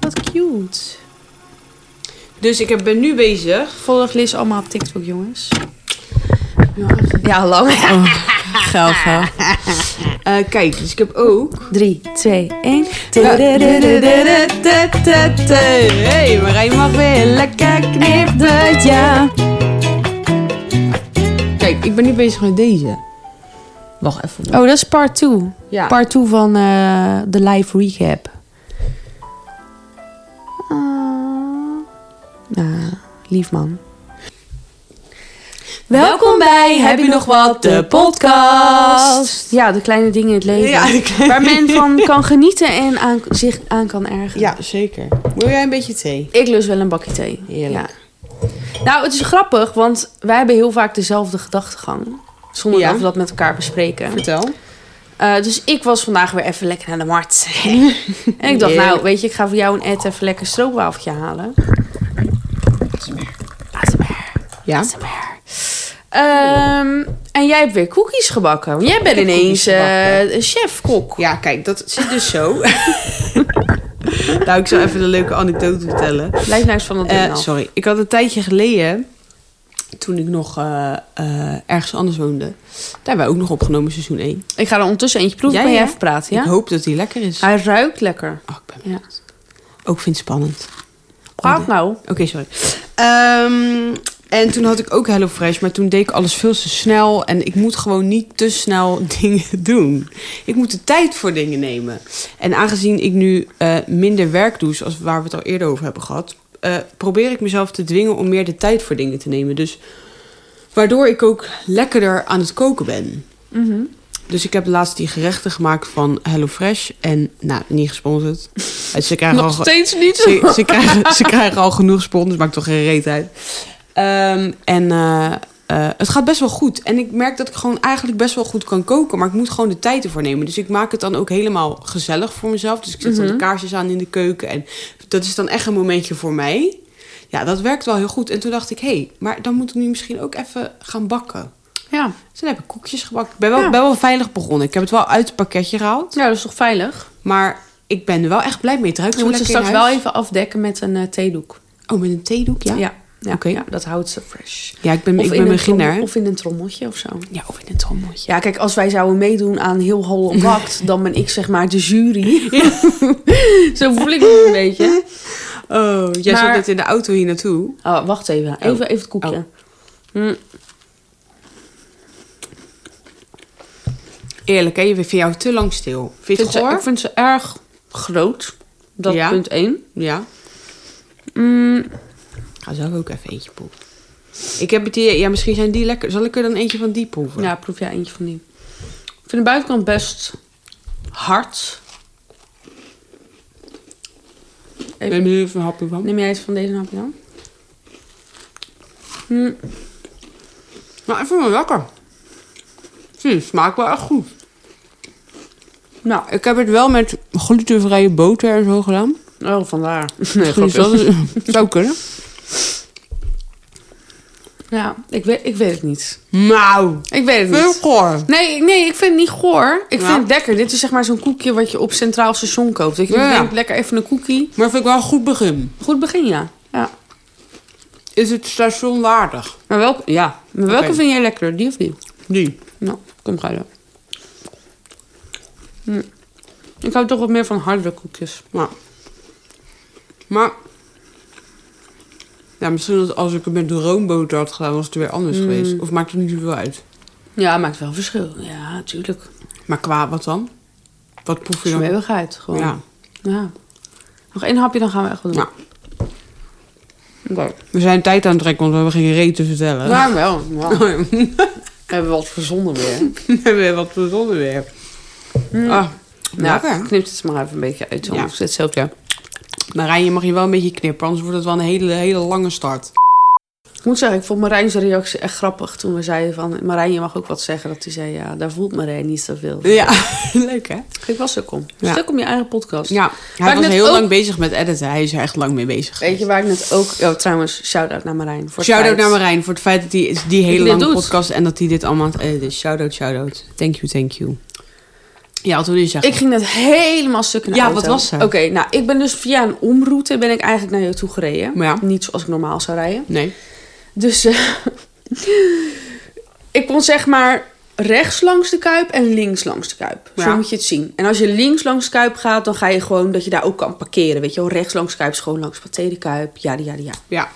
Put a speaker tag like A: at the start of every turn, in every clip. A: wat cute. Dus ik heb- ben nu bezig. Volg Liz allemaal op TikTok, jongens.
B: Ja, lang.
A: Geil, geil. Eh, kijk, dus ik heb ook...
B: 3, 2, 1.
A: Hey, Marijn mag weer lekker knippen.
B: Ja.
A: Kijk, ik ben nu bezig met deze. Wacht even.
B: Oh, dat is part 2.
A: Ja.
B: Part 2 van eh, de live recap. Ah, nou, lief man.
A: Welkom bij Heb je nog wat, de podcast.
B: Ja, de kleine dingen in het leven.
A: Ja, de kleine-
B: Waar men van kan genieten en aan, zich aan kan ergeren.
A: Ja, zeker. Wil jij een beetje thee?
B: Ik lust wel een bakje thee.
A: Heerlijk.
B: Ja. Nou, het is grappig, want wij hebben heel vaak dezelfde gedachtegang. Zonder
A: Ja.
B: dat we dat met elkaar bespreken.
A: Vertel.
B: Eh, dus ik was vandaag weer even lekker naar de markt. en ik dacht, nou, weet je, ik ga voor jou en Ed even lekker stroopwafeltje halen. ASMR.
A: Ja.
B: ASMR. Ehm, en jij hebt weer cookies gebakken. Want jij bent
A: heb
B: ineens
A: cookies gebakken.
B: eh, een chef-kok.
A: Ja, kijk, dat zit dus zo. nou, ik zal even een leuke anekdote vertellen.
B: Blijf nou eens van dat
A: Eh,
B: ding af.
A: sorry, ik had een tijdje geleden, toen ik nog eh, eh, ergens anders woonde, daar hebben we ook nog opgenomen seizoen 1.
B: Ik ga er ondertussen eentje proeven
A: Ja,
B: en jij
A: ja. Ah,
B: even praten,
A: Ik
B: ja?
A: hoop dat die lekker is.
B: Hij ruikt lekker.
A: Oh, ik ben
B: Ja.
A: ook vind het spannend.
B: Praat nou.
A: Oké, sorry. Ehm, en toen had ik ook HelloFresh, maar toen deed ik alles veel te snel. En ik moet gewoon niet te snel dingen doen. Ik moet de tijd voor dingen nemen. En aangezien ik nu eh, minder werk doe, zoals waar we het al eerder over hebben gehad... eh, probeer ik mezelf te dwingen om meer de tijd voor dingen te nemen. Dus waardoor ik ook lekkerder aan het koken ben. Dus ik heb laatst die gerechten gemaakt van HelloFresh. En, nou, niet gesponsord. Ze krijgen al
B: Nog
A: ge-
B: steeds niet.
A: ze, ze, krijgen, ze krijgen al genoeg spons, dus maakt toch geen reet uit. Ehm, en eh, eh, het gaat best wel goed. En ik merk dat ik gewoon eigenlijk best wel goed kan koken. Maar ik moet gewoon de tijd ervoor nemen. Dus ik maak het dan ook helemaal gezellig voor mezelf. Dus ik zet
B: Mhm.
A: dan de kaarsjes aan in de keuken. En dat is dan echt een momentje voor mij. Ja, dat werkt wel heel goed. En toen dacht ik, hé, hey, maar dan moet ik nu misschien ook even gaan bakken.
B: Ja.
A: Dus toen heb ik koekjes gebakken. Ik ben wel,
B: Ja.
A: ben wel veilig begonnen. Ik heb het wel uit het pakketje gehaald.
B: ja, dat is toch veilig?
A: Maar ik ben er wel echt blij mee. Het ruikt
B: Je
A: zo
B: moet ze
A: lekker in
B: straks
A: huis.
B: wel even afdekken met een eh, theedoek.
A: Oh, met een theedoek, ja?
B: Ja, ja,
A: Oké.
B: ja, dat houdt ze fresh.
A: Ja, ik ben,
B: Of
A: ik
B: in
A: ben
B: een
A: beginner.
B: trommel- Of in een trommeltje of zo.
A: ja, of in een trommeltje.
B: Ja, kijk, als wij zouden meedoen aan heel Holland Bakt... dan ben ik zeg maar de jury. zo voel ik me een beetje.
A: Oh, jij
B: Maar-
A: zat net in de auto hier naartoe.
B: Oh, wacht even. Even, even het koekje.
A: Oh. Eerlijk, hè? Je vindt jou te lang stil. Vind je
B: Ik, vind
A: het
B: ze,
A: goor?
B: ik vind ze erg groot. Dat
A: Ja.
B: punt 1.
A: Ja.
B: Mm.
A: Ga zelf ook even eentje proeven. Ik heb het hier... Ja, misschien zijn die lekker. Zal ik er dan eentje van die proeven?
B: Ja, proef jij eentje van die. Ik vind de buitenkant best hard.
A: Ik ben nu even een hapje van.
B: Neem jij eens van deze hapje dan?
A: Nou, ik vind het wel lekker. Ik vind de smaak wel echt goed.
B: Nou,
A: Ik heb het wel met glutenvrije boter en zo gedaan.
B: oh, vandaar.
A: Misschien is
B: grapje.
A: dat- zou kunnen.
B: Ja, ik weet, ik weet het niet.
A: Nou,
B: Ik weet het
A: veel
B: niet.
A: goor.
B: Nee, nee, ik vind het niet goor. Ik
A: Ja.
B: vind het lekker. Dit is zeg maar zo'n koekje wat je op Centraal Station koopt. Dat je
A: Ja.
B: denkt, lekker even een koekie.
A: Maar vind ik wel een goed begin.
B: Goed begin, ja. Ja.
A: Is het station waardig?
B: Maar welke, ja. maar welke
A: Oké.
B: vind jij lekkerder? Die of die?
A: Die.
B: Nou, kom ga je. Hm. Ik hou toch wat meer van hardere koekjes.
A: Ja. Maar... Ja, misschien dat als ik het met roomboter had gedaan, was het weer anders geweest. Of maakt het niet zoveel uit.
B: Ja, maakt wel verschil. Ja, tuurlijk.
A: Maar qua wat dan? Wat proef je dan?
B: Smeeuwigheid, gewoon.
A: Ja.
B: Ja. Nou, Nog één hapje, dan gaan we echt wat doen.
A: Ja. We zijn tijd aan het trekken, want we hebben geen reet te vertellen.
B: Ja, Nou, wel. Ja. We hebben wat verzonnen weer.
A: we hebben wat verzonnen weer. Ah,
B: Nou,
A: lekker.
B: knipt het maar even een beetje uit.
A: Ja.
B: Ja. Ik zet zelf ja.
A: Marijn, je mag je wel een beetje knippen, anders wordt het wel een hele, hele lange start.
B: Ik moet zeggen, ik vond Marijn's reactie echt grappig toen we zeiden van... Marijn, je mag ook wat zeggen. Dat hij zei, ja, daar voelt Marijn niet zoveel.
A: Ja, leuk hè?
B: Ik was ook om.
A: Ja.
B: Stuk om je eigen podcast.
A: Ja,
B: Waar
A: hij
B: ik
A: was
B: net
A: heel
B: ook-
A: lang bezig met editen. Hij is er echt lang mee bezig
B: Weet je waar ik net ook... Oh, trouwens, shout-out naar Marijn. Voor het
A: Shout-out
B: feit-
A: naar Marijn voor het feit dat hij die hele
B: dit
A: lange
B: doet.
A: podcast en dat hij dit allemaal aan het editen is. Shout-out, shout-out. Thank you, thank you. Ja, wat wil je zeggen?
B: Ik ging net helemaal stuk in de
A: Ja,
B: auto.
A: wat was er?
B: Oké, nou, ik ben dus via een omroute ben ik eigenlijk naar je toe gereden.
A: Maar ja.
B: Niet zoals ik normaal zou rijden.
A: Nee.
B: Dus eh, ik kon zeg maar rechts langs de kuip en links langs de kuip. Zo
A: Ja.
B: moet je het zien. En als je links langs de kuip gaat, dan ga je gewoon dat je daar ook kan parkeren. Weet je wel, rechts langs de kuip is gewoon langs Pathé de kuip. Ja, ja, ja.
A: Ja.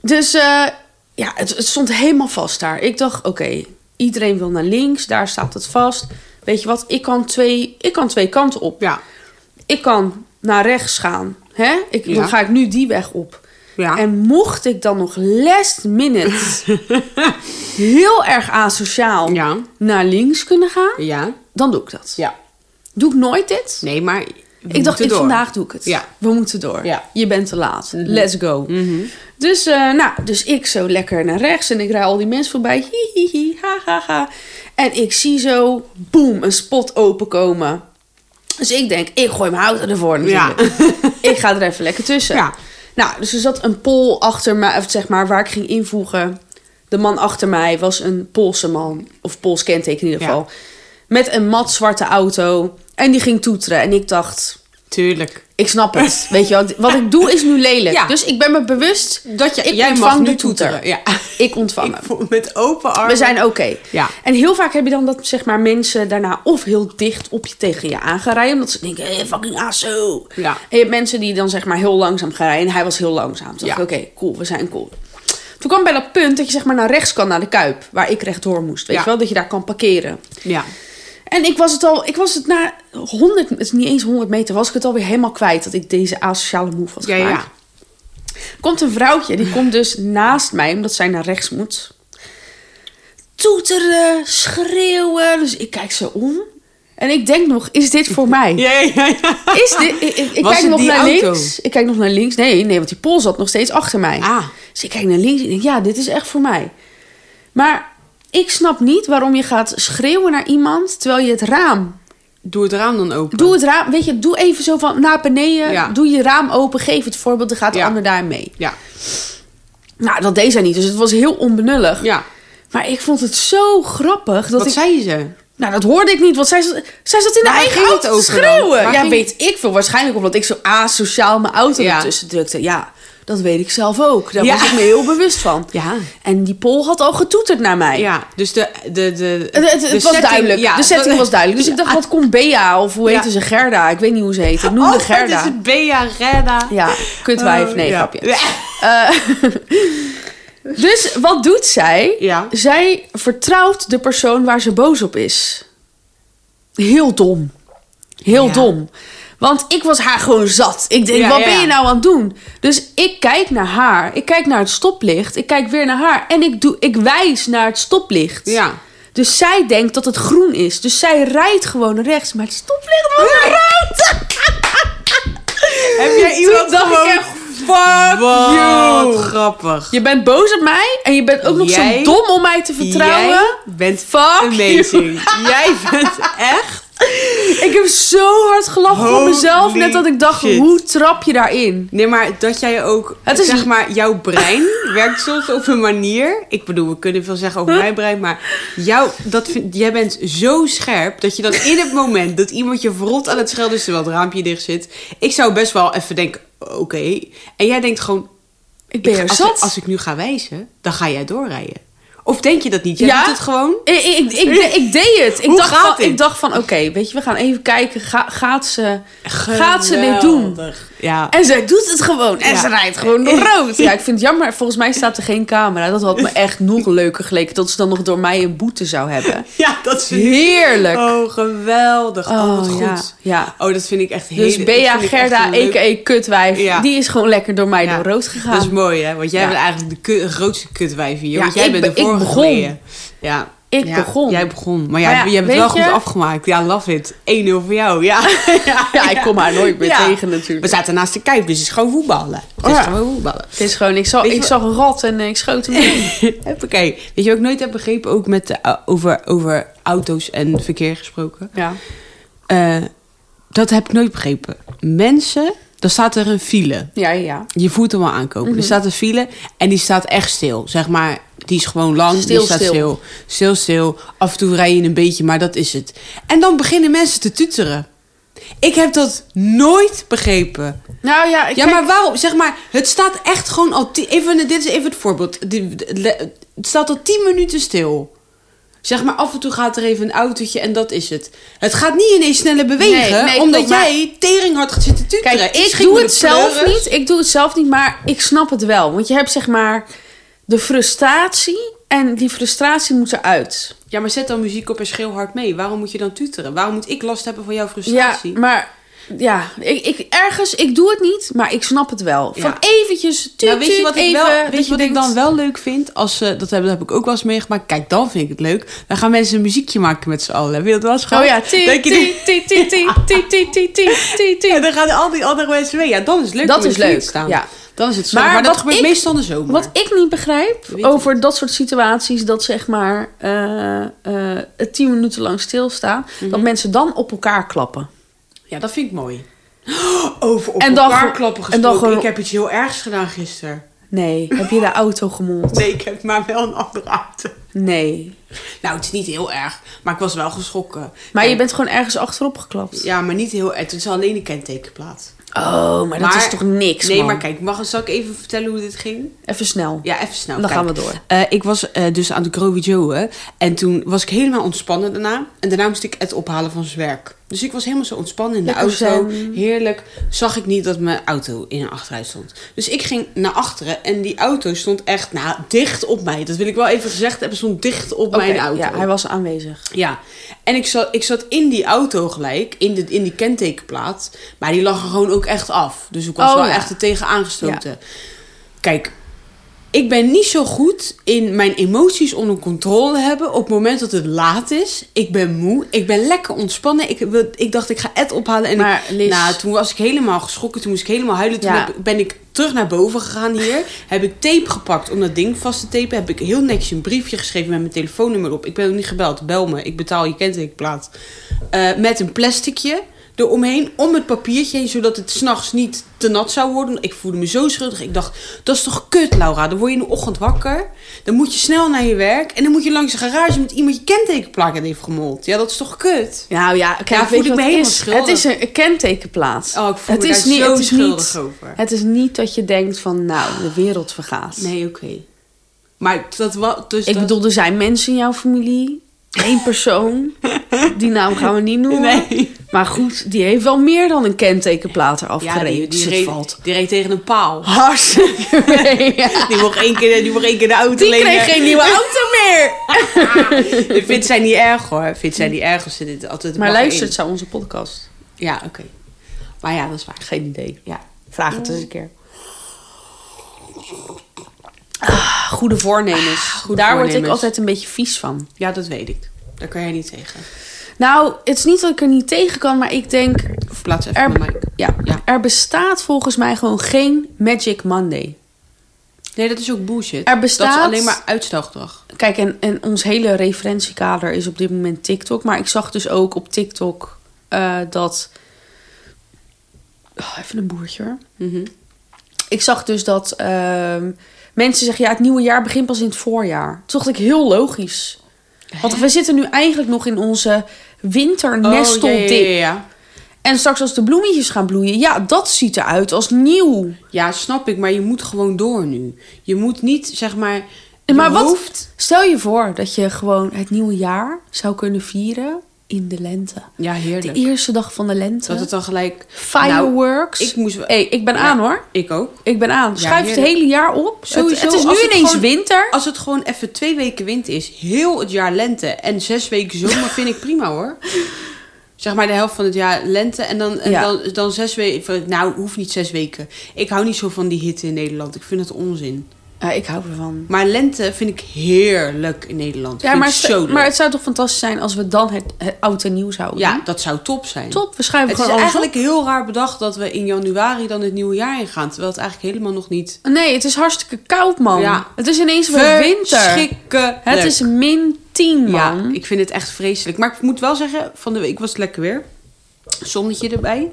B: Dus eh, ja, het, het stond helemaal vast daar. Ik dacht, oké, iedereen wil naar links, daar staat het vast. Weet je wat, ik kan twee, ik kan twee kanten op.
A: Ja.
B: Ik kan naar rechts gaan. Hè? Ik,
A: Ja.
B: Dan ga ik nu die weg op.
A: Ja.
B: En mocht ik dan nog last minute heel erg asociaal
A: Ja.
B: naar links kunnen gaan,
A: Ja.
B: dan doe ik dat.
A: Ja.
B: Doe ik nooit dit?
A: Nee, maar...
B: Ik dacht, ik, vandaag doe ik het.
A: Ja.
B: We moeten door.
A: Ja. Mhm.
B: Je bent te laat. Let's go. Dus, eh, nou, dus ik zo lekker naar rechts en ik rij al die mensen voorbij. Hi, hi, hi, ha, ha, ha. En ik zie zo, boem, een spot openkomen. Dus ik denk, ik gooi mijn auto ervoor natuurlijk. ik ga er even lekker tussen.
A: Ja.
B: Nou, dus er zat een pol achter me, of zeg maar, waar ik ging invoegen. De man achter mij was een Poolse man, of Pools kenteken in ieder
A: Ja.
B: geval. Met een mat zwarte auto. En die ging toeteren. En ik dacht,
A: Tuurlijk.
B: ik snap het. Weet je, wat, wat ik doe is nu lelijk.
A: Ja.
B: Dus ik ben me bewust
A: Dat je,
B: ik
A: jij
B: ontvang
A: mag
B: de
A: nu
B: toeter.
A: toeteren. Ja.
B: Ik ontvang hem.
A: Ik voel- met open armen.
B: We zijn oké.
A: Ja.
B: En heel vaak heb je dan dat zeg maar, mensen daarna of heel dicht op je tegen je aan gaan rijden. Omdat ze denken, hey, fucking aso.
A: Ja.
B: En je hebt mensen die dan zeg maar heel langzaam gaan rijden. En hij was heel langzaam. Toen dacht
A: Ja.
B: ik, oké, cool, we zijn cool. Toen kwam bij dat punt dat je zeg maar naar rechts kan, naar de Kuip. Waar ik rechtdoor moest. Weet
A: Ja.
B: je wel, dat je daar kan parkeren.
A: Ja.
B: En ik was het al, ik was het na 100, het is niet eens 100 meter, was ik het alweer helemaal kwijt dat ik deze asociale move had
A: Ja,
B: gemaakt.
A: ja.
B: Komt een vrouwtje, die komt dus naast mij, omdat zij naar rechts moet. Toeteren, schreeuwen. Dus ik kijk zo om. En ik denk nog, is dit voor mij?
A: Ja, ja, ja.
B: Is dit, ik ik- ik
A: Was
B: kijk
A: het
B: nog
A: die
B: naar
A: auto?
B: links. Ik kijk nog naar links. Nee, nee, want die pol zat nog steeds achter mij.
A: Ah.
B: Dus ik kijk naar links en ik denk, ja, dit is echt voor mij. Maar ik snap niet waarom je gaat schreeuwen naar iemand terwijl je het raam
A: Doe het raam dan open.
B: Doe het raam, weet je, doe even zo van naar beneden.
A: Ja.
B: Doe je raam open, geef het voorbeeld, dan gaat de
A: Ja.
B: ander daar mee.
A: Ja.
B: Nou, dat deed zij niet, dus het was heel onbenullig.
A: Ja.
B: Maar ik vond het zo grappig dat
A: Wat
B: ik...
A: zei ze? Nou,
B: Nou, dat hoorde ik niet, want zij, zat- zij zat in
A: Waar
B: haar eigen
A: ging het
B: auto te
A: over dan?
B: schreeuwen.
A: Waar
B: ja,
A: ging-
B: weet ik veel. Waarschijnlijk omdat ik zo asociaal mijn auto
A: Ja.
B: ertussen drukte. Ja, dat weet ik zelf ook. Daar
A: Ja.
B: was ik me heel bewust van.
A: Ja.
B: En die pol had al getoeterd naar mij.
A: Ja. Dus de... de, de
B: Het, het- het
A: de
B: was
A: setting-
B: duidelijk.
A: ja.
B: de setting was duidelijk. Dus ik dacht, wat komt Bea? Of hoe
A: Ja.
B: heette ze? Gerda? Ik weet niet hoe ze heet. Ik noemde
A: Oh,
B: Gerda.
A: het is het Bea Gerda.
B: Ja, kutwijf.
A: Oh,
B: Nee,
A: ja.
B: grapje.
A: Ja.
B: Eh, dus wat doet zij?
A: Ja.
B: Zij vertrouwt de persoon waar ze boos op is. Heel dom. Heel
A: Ja.
B: dom. Want ik was haar gewoon zat. Ik denk,
A: Ja,
B: wat
A: ja,
B: ben
A: ja.
B: je nou aan het doen? Dus ik kijk naar haar. Ik kijk naar het stoplicht. Ik kijk weer naar haar. En ik, doe, ik wijs naar het stoplicht.
A: Ja.
B: Dus zij denkt dat het groen is. Dus zij rijdt gewoon naar rechts. Maar het stoplicht was rood.
A: Heb jij iemand
B: Toen dacht
A: gewoon...
B: ik echt, fuck
A: Wat
B: you.
A: grappig.
B: Je bent boos op mij en je bent ook nog
A: Jij-
B: zo dom om mij te vertrouwen.
A: Jij bent
B: Fuck
A: amazing. Jij bent echt...
B: Ik heb zo hard gelachen voor
A: Holy
B: mezelf. Net dat ik dacht,
A: shit.
B: hoe trap je daarin?
A: Nee, maar dat jij ook...
B: Het is-
A: Zeg maar, jouw brein werkt soms op een manier... Ik bedoel, we kunnen veel zeggen over mijn brein, maar... Jou, dat vind, jij bent zo scherp dat je dan in het moment... dat iemand je verrot aan het schelden is terwijl het raampje dicht zit... Ik zou best wel even denken, oké. En jij denkt gewoon...
B: Ik ben
A: ik-
B: er
A: als,
B: zat.
A: als ik nu ga wijzen, dan ga jij doorrijden. Of denk je dat niet? Jij
B: Ja?
A: doet het gewoon...
B: Ik, ik, ik, de- ik deed het. Ik
A: Hoe
B: dacht, van,
A: gaat
B: ik
A: dit?
B: dacht van, oké, weet je, we gaan even kijken. Ga- gaat, ze, gaat ze dit doen?
A: Geweldig. Ja.
B: En zij doet het gewoon. En
A: Ja.
B: ze rijdt gewoon door rood. Ja, ik vind het jammer. Volgens mij staat er geen camera. Dat had me echt nog leuker geleken. Dat ze dan nog door mij een boete zou hebben.
A: Ja, dat is
B: Heerlijk.
A: Oh, geweldig. Oh, wat goed.
B: ja. ja.
A: Oh, dat vind ik echt heel...
B: Dus Bea Gerda, a.k.a. Kutwijf,
A: Ja.
B: die is gewoon lekker door mij
A: Ja. Dus-
B: door rood gegaan.
A: Dat is mooi, hè? Want jij
B: Ja.
A: bent eigenlijk de ku- grootste kutwijf hier.
B: Ja,
A: want jij
B: ik
A: bent
B: be- ik
A: ervoor
B: begon.
A: geleden. Ja.
B: Ik
A: Ja,
B: begon.
A: Jij begon. Maar, ja,
B: Maar ja,
A: je hebt het
B: weet
A: wel
B: je-
A: goed afgemaakt. Ja, love it. 1-0 voor jou. Ja. ja,
B: ja, ik kom haar nooit meer
A: Ja.
B: tegen
A: We
B: natuurlijk.
A: zaten naast de kuip, dus het is gewoon voetballen. Het is
B: Ja.
A: gewoon voetballen.
B: Het is gewoon, ik, zag,
A: Weet je
B: ik
A: wat-
B: zag een rat en eh, ik schoot hem in.
A: Hoppakee. Weet je wat ik nooit heb begrepen? Ook met de, eh, over, over auto's en verkeer gesproken.
B: Ja.
A: Eh, dat heb ik nooit begrepen. Mensen, dan staat er een file.
B: Ja, ja, ja. Mhm.
A: Je voelt hem al aankomen. Er staat een file en die staat echt stil. Zeg maar Die is gewoon lang, stil,
B: Stil,
A: die staat
B: stil.
A: stil. stil. Stil, Af en toe rij je een beetje, maar dat is het. En dan beginnen mensen te tuteren. Ik heb dat nooit begrepen.
B: Nou ja, ik
A: Ja,
B: kijk-
A: maar waarom? Zeg maar, het staat echt gewoon al... ti- Even, dit is even het voorbeeld. Di- le- Het staat al tien minuten stil. Zeg maar, af en toe gaat er even een autootje en dat is het. Het gaat niet ineens sneller bewegen,
B: Nee, nee,
A: omdat
B: klopt, maar-
A: jij tering hard gaat zitten tuteren.
B: Kijk,
A: Ik
B: ik
A: schrik
B: doe
A: me
B: het
A: de
B: zelf
A: pleuris.
B: niet. Ik doe het zelf niet, maar ik snap het wel. Want je hebt zeg maar de frustratie en die frustratie moet eruit.
A: Ja, maar zet dan muziek op en schreeuw hard mee. Waarom moet je dan tuteren? Waarom moet ik last hebben van jouw
B: Ja,
A: frustratie?
B: maar ja, ik, ik, ergens, ik doe het niet, maar ik snap het wel. Van
A: Ja.
B: eventjes, tuut,
A: Nou, weet je wat,
B: tuut,
A: ik,
B: even,
A: wel,
B: dat
A: weet je wat ik
B: denkt-
A: dan wel leuk vind? Als ze, dat, heb, dat heb ik ook wel eens meegemaakt. Kijk, dan vind ik het leuk. Dan gaan mensen een muziekje maken met z'n allen. Heb je dat wel eens gehad?
B: Oh ja, ti,
A: Dat je die-
B: ti, ti, ti, ti, ti, ti, ti, ti, ti, ti.
A: En dan gaan al die andere mensen mee. Ja, dan is het leuk
B: Dat
A: om in
B: is
A: de file
B: leuk,
A: te staan.
B: ja.
A: Dan is het zo.
B: Maar
A: Maar, dat
B: wat
A: gebeurt
B: ik-
A: meestal in de zomer.
B: Wat ik niet begrijp
A: Weet ik
B: over dat soort situaties, dat zeg maar eh, eh, het tien minuten lang stilstaan, dat
A: Mhm.
B: mensen dan op elkaar klappen.
A: Ja, dat vind ik mooi. Over op
B: En
A: en
B: dan
A: dan, elkaar
B: gewoon-
A: klappen
B: en dan
A: gesproken.
B: gewoon-
A: Ik heb iets heel ergs gedaan gisteren.
B: Nee, heb je de auto gemold?
A: Nee, ik heb maar wel een andere auto.
B: Nee.
A: Nou, het is niet heel erg. Maar ik was wel geschrokken.
B: Maar
A: Ja,
B: je bent gewoon ergens achterop geklapt.
A: Ja, maar niet heel erg. Het is alleen een kentekenplaat.
B: Oh, maar dat is toch niks,
A: Nee,
B: man?
A: maar kijk. Mag, zal ik even vertellen hoe dit ging?
B: Even snel.
A: Ja, even snel.
B: Dan
A: Kijk,
B: gaan we door.
A: eh, ik was eh, dus aan de Groovy Joe. hè. En toen was ik helemaal ontspannen daarna. En daarna moest ik het ophalen van zijn werk. Dus ik was helemaal zo ontspannen in de
B: Lekker
A: auto.
B: zen.
A: Heerlijk. Zag ik niet dat mijn auto in een achteruit stond. Dus ik ging naar achteren. En die auto stond echt nou, dicht op mij. Dat wil ik wel even gezegd hebben. Stond dicht op
B: Oké,
A: mijn auto.
B: Ja, hij was aanwezig.
A: Ja, en ik zat, ik zat in die auto gelijk, in, de, in die kentekenplaat. Maar die lag er gewoon ook echt af. Dus ik was
B: Oh,
A: wel
B: ja.
A: echt er tegen aangestoten. Kijk, ik ben niet zo goed in mijn emoties onder controle hebben op het moment dat het laat is. Ik ben moe, ik ben lekker ontspannen. Ik, wil- ik dacht, ik ga Ed ophalen. En
B: Maar,
A: ik,
B: Liz-
A: nou, toen was ik helemaal geschrokken, toen moest ik helemaal huilen. Toen
B: Ja.
A: heb ik- ben ik terug naar boven gegaan hier. heb ik tape gepakt om dat ding vast te tapen. Heb ik heel netjes een briefje geschreven met mijn telefoonnummer op. Ik ben ook niet gebeld, bel me, ik betaal je kentekenplaat. Eh, met een plasticje eromheen, om het papiertje heen, zodat het s'nachts niet te nat zou worden. Ik voelde me zo schuldig. Ik dacht, dat is toch kut, Laura? Dan word je in de ochtend wakker. Dan moet je snel naar je werk. En dan moet je langs de garage met iemand je kentekenplaat heeft gemold. Ja, dat is toch kut?
B: Nou ja, kijk,
A: Ja,
B: weet
A: voel
B: je
A: ik
B: wat
A: me
B: het
A: helemaal
B: is?
A: schuldig.
B: Het is een, een kentekenplaats.
A: Oh, ik voel
B: het
A: me
B: is
A: daar
B: niet,
A: zo
B: het is
A: schuldig
B: niet,
A: over.
B: Het is niet dat je denkt van, nou, de wereld vergaat.
A: Nee, oké. Maar dat was... Dus
B: Ik
A: dat-
B: bedoel, er zijn mensen in jouw familie. één persoon. Die naam gaan we niet noemen.
A: Nee.
B: Maar goed, die heeft wel meer dan een kentekenplaat eraf
A: Ja,
B: gereden.
A: die, die,
B: dus het
A: reed,
B: valt
A: die reed tegen een paal.
B: hartstikke mee. Ja. eh,
A: Die mocht één keer, die mocht één keer de auto
B: Die
A: lenen.
B: kreeg geen nieuwe auto meer.
A: Ik vind zij niet erg hoor. Vindt zij niet erg als ze dit altijd
B: Maar
A: mag erin.
B: luistert ze onze podcast?
A: Ja, oké. Maar ja, dat is waar.
B: Geen idee.
A: Ja.
B: Vraag het eens een keer. Ah, goede voornemens.
A: goede
B: Daar word ik
A: voornemens.
B: altijd een beetje vies van.
A: ja, dat weet ik. Daar kan jij niet tegen.
B: Nou, het is niet dat ik er niet tegen kan, maar ik denk...
A: Verplaats even mijn
B: Er,
A: mic.
B: ja,
A: Ja.
B: er bestaat volgens mij gewoon geen Magic Monday.
A: Nee, dat is ook bullshit.
B: Er bestaat-
A: Dat is alleen maar uitstelgedrag.
B: Kijk, en, en ons hele referentiekader is op dit moment TikTok. Maar ik zag dus ook op TikTok eh, dat. Oh, even een boertje hoor.
A: Mhm.
B: Ik zag dus dat ehm, mensen zeggen: ja, het nieuwe jaar begint pas in het voorjaar. Toen dacht ik heel logisch. Want we zitten nu eigenlijk nog in onze winternestel
A: Oh, ja, ja, ja, ja.
B: En straks als de bloemetjes gaan bloeien, ja, dat ziet eruit als nieuw.
A: Ja, snap ik. Maar je moet gewoon door nu. Je moet niet, zeg maar... je
B: maar wat,
A: hoofd-
B: stel je voor dat je gewoon het nieuwe jaar zou kunnen vieren in de lente.
A: Ja, heerlijk.
B: De eerste dag van de lente.
A: Dat het dan gelijk...
B: Fireworks.
A: Nou, ik moest... wel-
B: hey, ik ben
A: Ja,
B: aan hoor.
A: Ik ook.
B: Ik ben aan. Schuif het
A: heerlijk.
B: hele jaar op. Sowieso.
A: Sowieso,
B: Het, het is
A: als
B: nu
A: het
B: ineens
A: gewoon-
B: winter.
A: Als het gewoon even twee weken winter is, heel het jaar lente en zes weken zomer, vind ik prima hoor. Zeg maar de helft van het jaar lente en dan, en
B: Ja.
A: dan, dan zes weken. Nou, hoeft niet zes weken. Ik hou niet zo van die hitte in Nederland. Ik vind het onzin.
B: Ja, ik hou ervan.
A: Maar lente vind ik heerlijk in Nederland.
B: Ja, maar,
A: zo
B: het-
A: leuk.
B: maar het zou toch fantastisch zijn als we dan het, het oud en nieuw zouden
A: Ja,
B: doen?
A: dat zou top zijn.
B: Top, we schuiven
A: Het is
B: gewoon alles
A: eigenlijk heel raar bedacht dat we in januari dan het nieuwe jaar ingaan. Terwijl het eigenlijk helemaal nog niet...
B: op. Nee, het is hartstikke koud man.
A: Ja.
B: Het is ineens weer winter.
A: Verschrikkelijk.
B: Het is min 10 man.
A: Ja, ik vind het echt vreselijk. Maar ik moet wel zeggen, van de week was het lekker weer. Zonnetje erbij.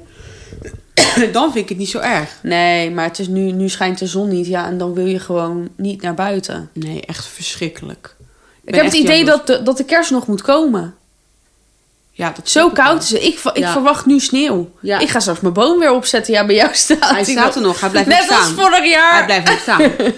A: dan vind ik het niet zo erg.
B: Nee, maar het is nu, nu schijnt de zon niet, ja, en dan wil je gewoon niet naar buiten.
A: Nee, echt verschrikkelijk.
B: Ik heb het
A: echt
B: idee
A: jaloers.
B: dat de, dat de kerst nog moet komen.
A: Ja, dat
B: Zo koud is het. Ik, ver- ik
A: Ja.
B: verwacht nu sneeuw.
A: Ja.
B: Ik ga straks mijn boom weer opzetten. Ja, bij jou staat
A: Hij staat er nog, hij blijft
B: Net
A: nog staan.
B: als vorig jaar.
A: Hij blijft gewoon staan.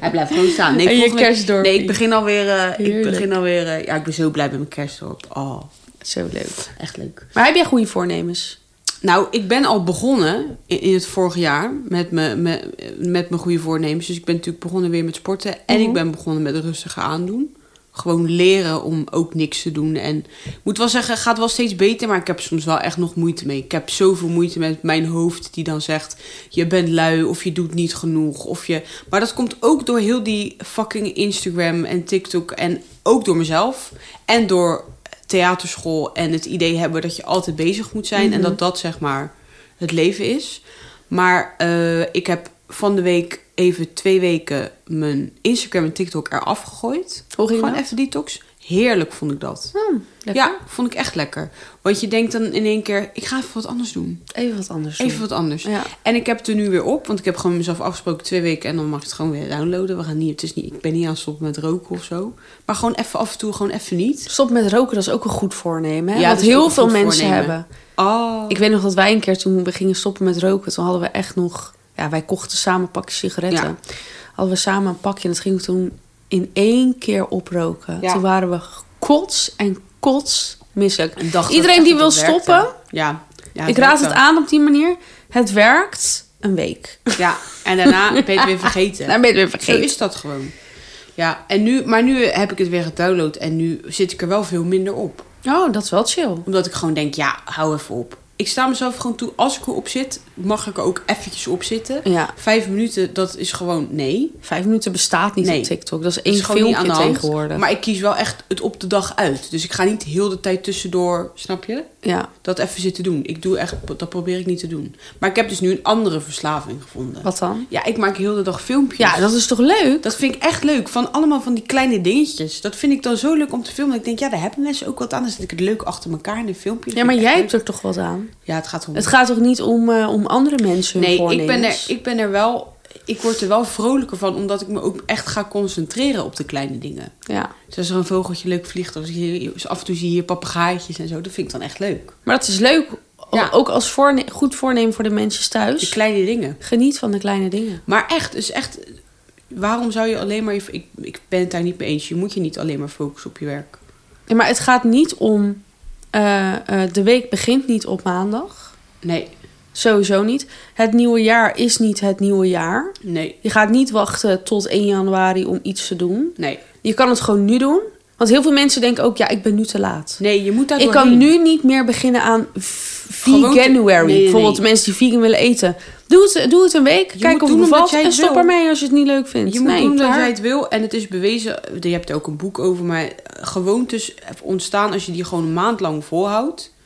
A: Hij blijft gewoon staan. Nee,
B: En je
A: volgende-
B: kerstdorpie.
A: Nee, ik begin alweer... eh, ik
B: Heerlijk.
A: begin alweer eh, ja, ik ben zo blij met mijn kerstdorp. Oh,
B: Zo leuk.
A: echt leuk.
B: Maar heb jij goede voornemens?
A: Nou, ik ben al begonnen in, in het vorige jaar met mijn me, met mijn goede voornemens. Dus ik ben natuurlijk begonnen weer met sporten. En ik ben begonnen met rustiger aandoen. Gewoon leren om ook niks te doen. En ik moet wel zeggen, het gaat wel steeds beter. Maar ik heb soms wel echt nog moeite mee. Ik heb zoveel moeite met mijn hoofd die dan zegt... je bent lui of je doet niet genoeg. Of je... Maar dat komt ook door heel die fucking Instagram en TikTok. En ook door mezelf. En door theaterschool en het idee hebben dat je altijd bezig moet zijn
B: Mhm.
A: en dat dat zeg maar het leven is. Maar eh, ik heb van de week even twee weken mijn Instagram en TikTok eraf gegooid.
B: Hoe ging
A: Gewoon
B: dat?
A: even detox. Heerlijk vond ik dat. Hmm. Ja, vond ik echt lekker. Want je denkt dan in één keer, ik ga even wat anders doen.
B: Even wat anders
A: Even wat anders.
B: Ja.
A: En ik heb het er nu weer op, want ik heb gewoon mezelf afgesproken twee weken en dan mag ik het gewoon weer downloaden. We gaan niet, het is niet, ik ben niet aan het stoppen met roken of zo. Maar gewoon even af en toe, gewoon even niet.
B: Stop met roken, dat is ook een goed voornemen. Hè?
A: Ja, dus
B: Want
A: dat is ook
B: heel
A: een
B: veel
A: goed
B: mensen
A: voornemen.
B: hebben.
A: Oh.
B: Ik weet nog dat wij een keer toen we gingen stoppen met roken, toen hadden we echt nog. Ja, wij kochten samen een pakje sigaretten.
A: Ja.
B: Hadden we samen een pakje en dat gingen we toen in één keer oproken.
A: Ja.
B: Toen waren we kots en kots misselijk.
A: En dacht dat
B: Iedereen
A: echt
B: die
A: dat
B: wil
A: het werkte.
B: stoppen,
A: Ja. ja
B: ik raad het
A: werkt
B: aan op die manier. Het werkt een week.
A: wel. Ja, en daarna ben je het weer vergeten.
B: Dan ben je het weer
A: Zo
B: vergeten.
A: is dat gewoon. Ja, en nu, maar nu heb ik het weer gedownload en nu zit ik er wel veel minder op.
B: Oh, dat is wel chill.
A: Omdat ik gewoon denk, ja, hou even op. Ik sta mezelf gewoon toe, als ik erop zit, mag ik er ook eventjes op zitten.
B: Ja,
A: Vijf minuten, dat is gewoon nee.
B: vijf minuten bestaat niet
A: Nee.
B: op TikTok. Dat is
A: Dat
B: één
A: is gewoon niet aan de
B: filmpje
A: hand.
B: tegenwoordig.
A: Maar ik kies wel echt het op de dag uit. Dus ik ga niet heel de tijd tussendoor, snap je?
B: ja,
A: Dat even zitten doen. Ik doe echt, dat probeer ik niet te doen. Maar ik heb dus nu een andere verslaving gevonden.
B: wat dan?
A: Ja, ik maak heel de dag filmpjes.
B: Ja, dat is toch leuk?
A: Dat vind ik echt leuk. Van allemaal van die kleine dingetjes. Dat vind ik dan zo leuk om te filmen. Ik denk, ja, daar hebben mensen ook wat aan. Dan zet ik het leuk achter elkaar in een filmpje. Dat
B: Ja, maar
A: vind ik
B: jij
A: echt
B: hebt er toch wat aan?
A: leuk. Ja, het gaat om...
B: Het gaat toch niet om, eh, om andere mensen hun
A: nee, ik
B: voornemens?
A: ben, er, ik ben er wel... Ik word er wel vrolijker van, omdat ik me ook echt ga concentreren op de kleine dingen.
B: Ja,
A: Dus als er een vogeltje leuk vliegt, als ik hier, dus af en toe zie je hier papegaaitjes en zo, dat vind ik dan echt leuk.
B: maar dat is leuk. O-
A: Ja.
B: Ook als voorne- goed voornemen voor de mensen
A: De
B: thuis.
A: kleine dingen.
B: Geniet van de kleine dingen.
A: Maar echt, dus echt, waarom zou je alleen maar. je- Ik, ik ben het daar niet mee eens. Je moet je niet alleen maar focussen op je werk.
B: Ja, maar het gaat niet om... eh, eh, de week begint niet op maandag.
A: Nee,
B: Sowieso niet. Het nieuwe jaar is niet het nieuwe jaar.
A: nee,
B: Je gaat niet wachten tot 1 januari om iets te doen.
A: nee.
B: Je kan het gewoon nu doen. Want heel veel mensen denken ook, ja, ik ben nu te laat.
A: Nee, je moet daar
B: Ik
A: doorheen.
B: kan nu niet meer beginnen aan v-
A: Gewoon te-
B: veganuary.
A: Nee, nee,
B: Bijvoorbeeld
A: nee.
B: mensen die vegan willen eten. Doe het, doe het een week,
A: Je
B: kijk
A: moet
B: of het
A: doen omdat
B: bevalt
A: jij
B: en
A: het
B: stop
A: wil.
B: ermee als je het niet leuk vindt.
A: Je moet doen dat
B: klaar.
A: jij het wil. En het is bewezen, je hebt er ook een boek over, maar gewoontes ontstaan als je die gewoon een maand lang volhoudt.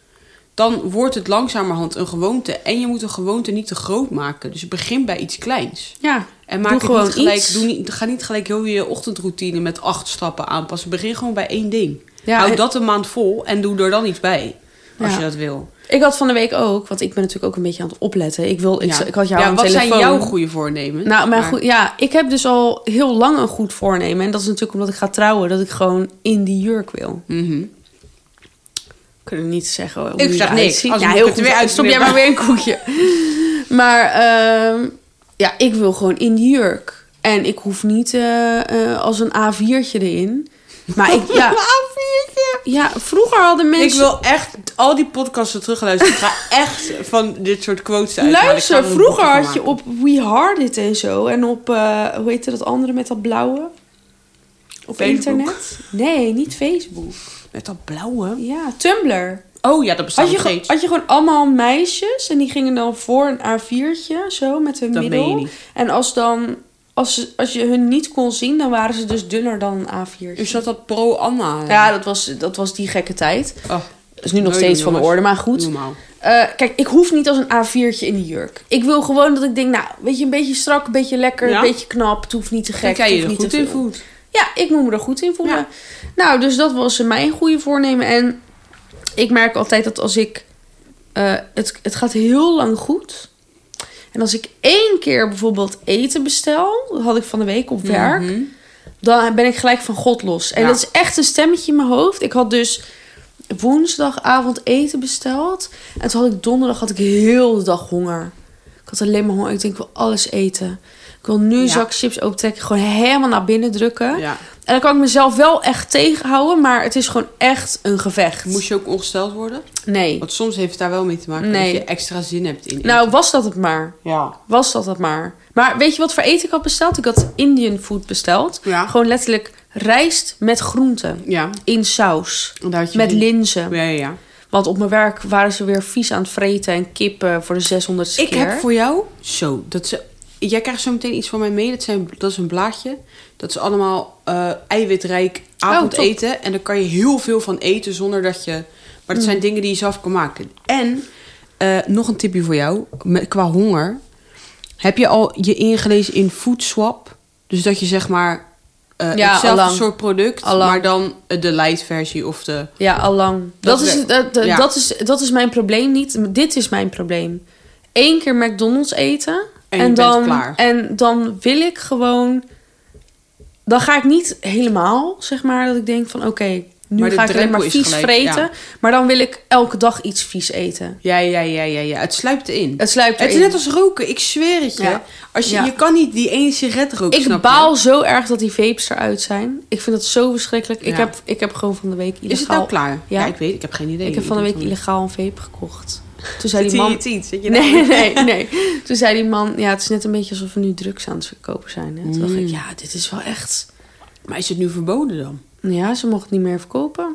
A: Dan wordt het langzamerhand een gewoonte. En je moet een gewoonte niet te groot maken. Dus begin bij iets kleins.
B: Ja,
A: En
B: Doe
A: maak het
B: gewoon
A: niet gelijk,
B: iets.
A: Doe niet, ga niet gelijk heel je ochtendroutine met acht stappen aanpassen. Begin gewoon bij één ding.
B: Ja,
A: Hou
B: en-
A: dat een maand vol en doe er dan iets bij. Als
B: Ja.
A: je dat wil.
B: ik had van de week ook, want ik ben natuurlijk ook een beetje aan het opletten. Ik, wil, ik,
A: Ja.
B: ik had jou
A: ja,
B: aan de
A: wat
B: telefoon.
A: zijn jouw goede voornemens?
B: Nou, maar
A: Maar-
B: goed, ja, ik heb dus al heel lang een goed voornemen. En dat is natuurlijk omdat ik ga trouwen, dat ik gewoon in die jurk wil.
A: Mhm.
B: Ik kan niet zeggen hoe
A: Ik
B: je
A: zeg
B: eruit
A: niks.
B: ziet.
A: Als
B: ja,
A: moet
B: heel
A: ik het
B: goed.
A: weer
B: Stop jij
A: uitknippen.
B: maar weer een koekje. Maar ehm, ja, ik wil gewoon in die jurk. En ik hoef niet eh, eh, als een A4'tje erin. Maar ik, ja, ja, vroeger hadden mensen...
A: Ik wil echt al die podcasten terugluisteren. Ik ga echt van dit soort quotes uit.
B: Luister, vroeger had je op We Hard It en zo. En op, eh, hoe heette dat andere met dat blauwe? Op
A: Facebook.
B: internet? Nee, niet Facebook.
A: Met dat blauwe.
B: Ja, Tumblr.
A: Oh ja, dat bestaat
B: Had je,
A: nog
B: ge-
A: steeds.
B: had je gewoon allemaal meisjes en die gingen dan voor een A4'tje zo met hun
A: Dat
B: middel.
A: meen je niet.
B: En als dan als, ze- als je hun niet kon zien, dan waren ze dus dunner dan een A4'tje.
A: Dus dat dat pro-Anna.
B: ja, dat was, dat was die gekke tijd.
A: Oh,
B: Dat is nu nog
A: Nee,
B: steeds van de
A: jongens.
B: orde, maar goed.
A: normaal.
B: Eh, kijk, ik hoef niet als een A4'tje in de jurk. Ik wil gewoon dat ik denk, nou, weet je, een beetje strak, een beetje lekker,
A: Ja.
B: een beetje knap. Het hoeft niet te gek,
A: Kijk, jij
B: het
A: je
B: hoeft
A: er
B: niet
A: goed
B: te veel.
A: in voelt.
B: Ja, ik moet me er goed in voelen.
A: Ja.
B: Nou, dus dat was eh, mijn goede voornemen. En ik merk altijd dat als ik... eh, het, het gaat heel lang goed. En als ik één keer bijvoorbeeld eten bestel, dat had ik van de week op werk, dan ben ik gelijk van God los. En
A: Mhm. Ja.
B: dat is echt een stemmetje in mijn hoofd. Ik had dus woensdagavond eten besteld. En toen had ik donderdag had ik heel de dag honger. Ik had alleen maar honger. Ik denk, ik wil alles eten. Ik wil nu
A: Ja.
B: een zak chips opentrekken. Gewoon helemaal naar binnen drukken.
A: Ja.
B: En dan kan ik mezelf wel echt tegenhouden. Maar het is gewoon echt een gevecht.
A: Moest je ook ongesteld worden?
B: Nee.
A: Want soms heeft het daar wel mee te maken
B: Nee.
A: dat je extra zin hebt in.
B: Nou, was dat het maar.
A: ja.
B: Was dat het maar. Maar weet je wat voor eten ik had besteld? Ik had Indian food besteld.
A: Ja.
B: Gewoon letterlijk rijst met groenten.
A: Ja.
B: In saus.
A: En daar had je
B: Met
A: die-
B: linzen.
A: Ja, ja, ja.
B: Want op mijn werk waren ze weer vies aan het vreten en kippen voor de 600 keer.
A: Ik heb voor jou zo dat ze. Jij krijgt zo meteen iets van mij mee. Dat, zijn, dat is een blaadje. Dat is allemaal eh, eiwitrijk avondeten. en daar kan je heel veel van eten zonder dat je. Maar dat zijn dingen die je zelf kan maken. En eh, nog een tipje voor jou. Met, qua honger. Heb je al je ingelezen in foodswap? Dus dat je zeg maar eh
B: Ja,
A: hetzelfde
B: allang.
A: soort product,
B: Allang.
A: maar dan eh, de light versie of de.
B: Ja, allang.
A: Dat
B: Dat, is,
A: we-
B: het- dat, dat-
A: ja.
B: dat, is, dat is mijn probleem niet. Dit is mijn probleem. Eén keer McDonald's eten. En,
A: En je bent
B: dan,
A: klaar.
B: En dan wil ik gewoon... Dan ga ik niet helemaal, zeg maar, dat ik denk van... Oké, nu
A: Maar de
B: ga ik alleen maar
A: drempel is
B: vies
A: gelijk,
B: vreten.
A: ja.
B: Maar dan wil ik elke dag iets vies eten.
A: Ja, ja, ja, ja, ja. Het sluipt in.
B: Het sluipt
A: Het
B: erin.
A: is net als roken, ik zweer het je.
B: Ja.
A: Als je,
B: Ja.
A: je kan niet die ene sigaret roken, snap
B: ik
A: je?
B: baal zo erg dat die vapes eruit zijn. Ik vind dat zo verschrikkelijk. Ik,
A: Ja.
B: heb, ik heb gewoon van de week illegaal...
A: Is het nou klaar? Ja.
B: Ja.
A: ik weet, ik heb geen idee.
B: Ik heb van de week
A: Zit
B: illegaal een vape gekocht. Toen
A: hij
B: zei die man...
A: iets? Zit je daar?
B: Nee, nee, nee. Toen zei die man, ja, het is net een beetje alsof we nu drugs aan het verkopen zijn. Hè? Toen dacht
A: Mm.
B: ik, ja, dit is wel echt...
A: Maar is het nu verboden dan?
B: Ja, ze mogen het niet meer verkopen.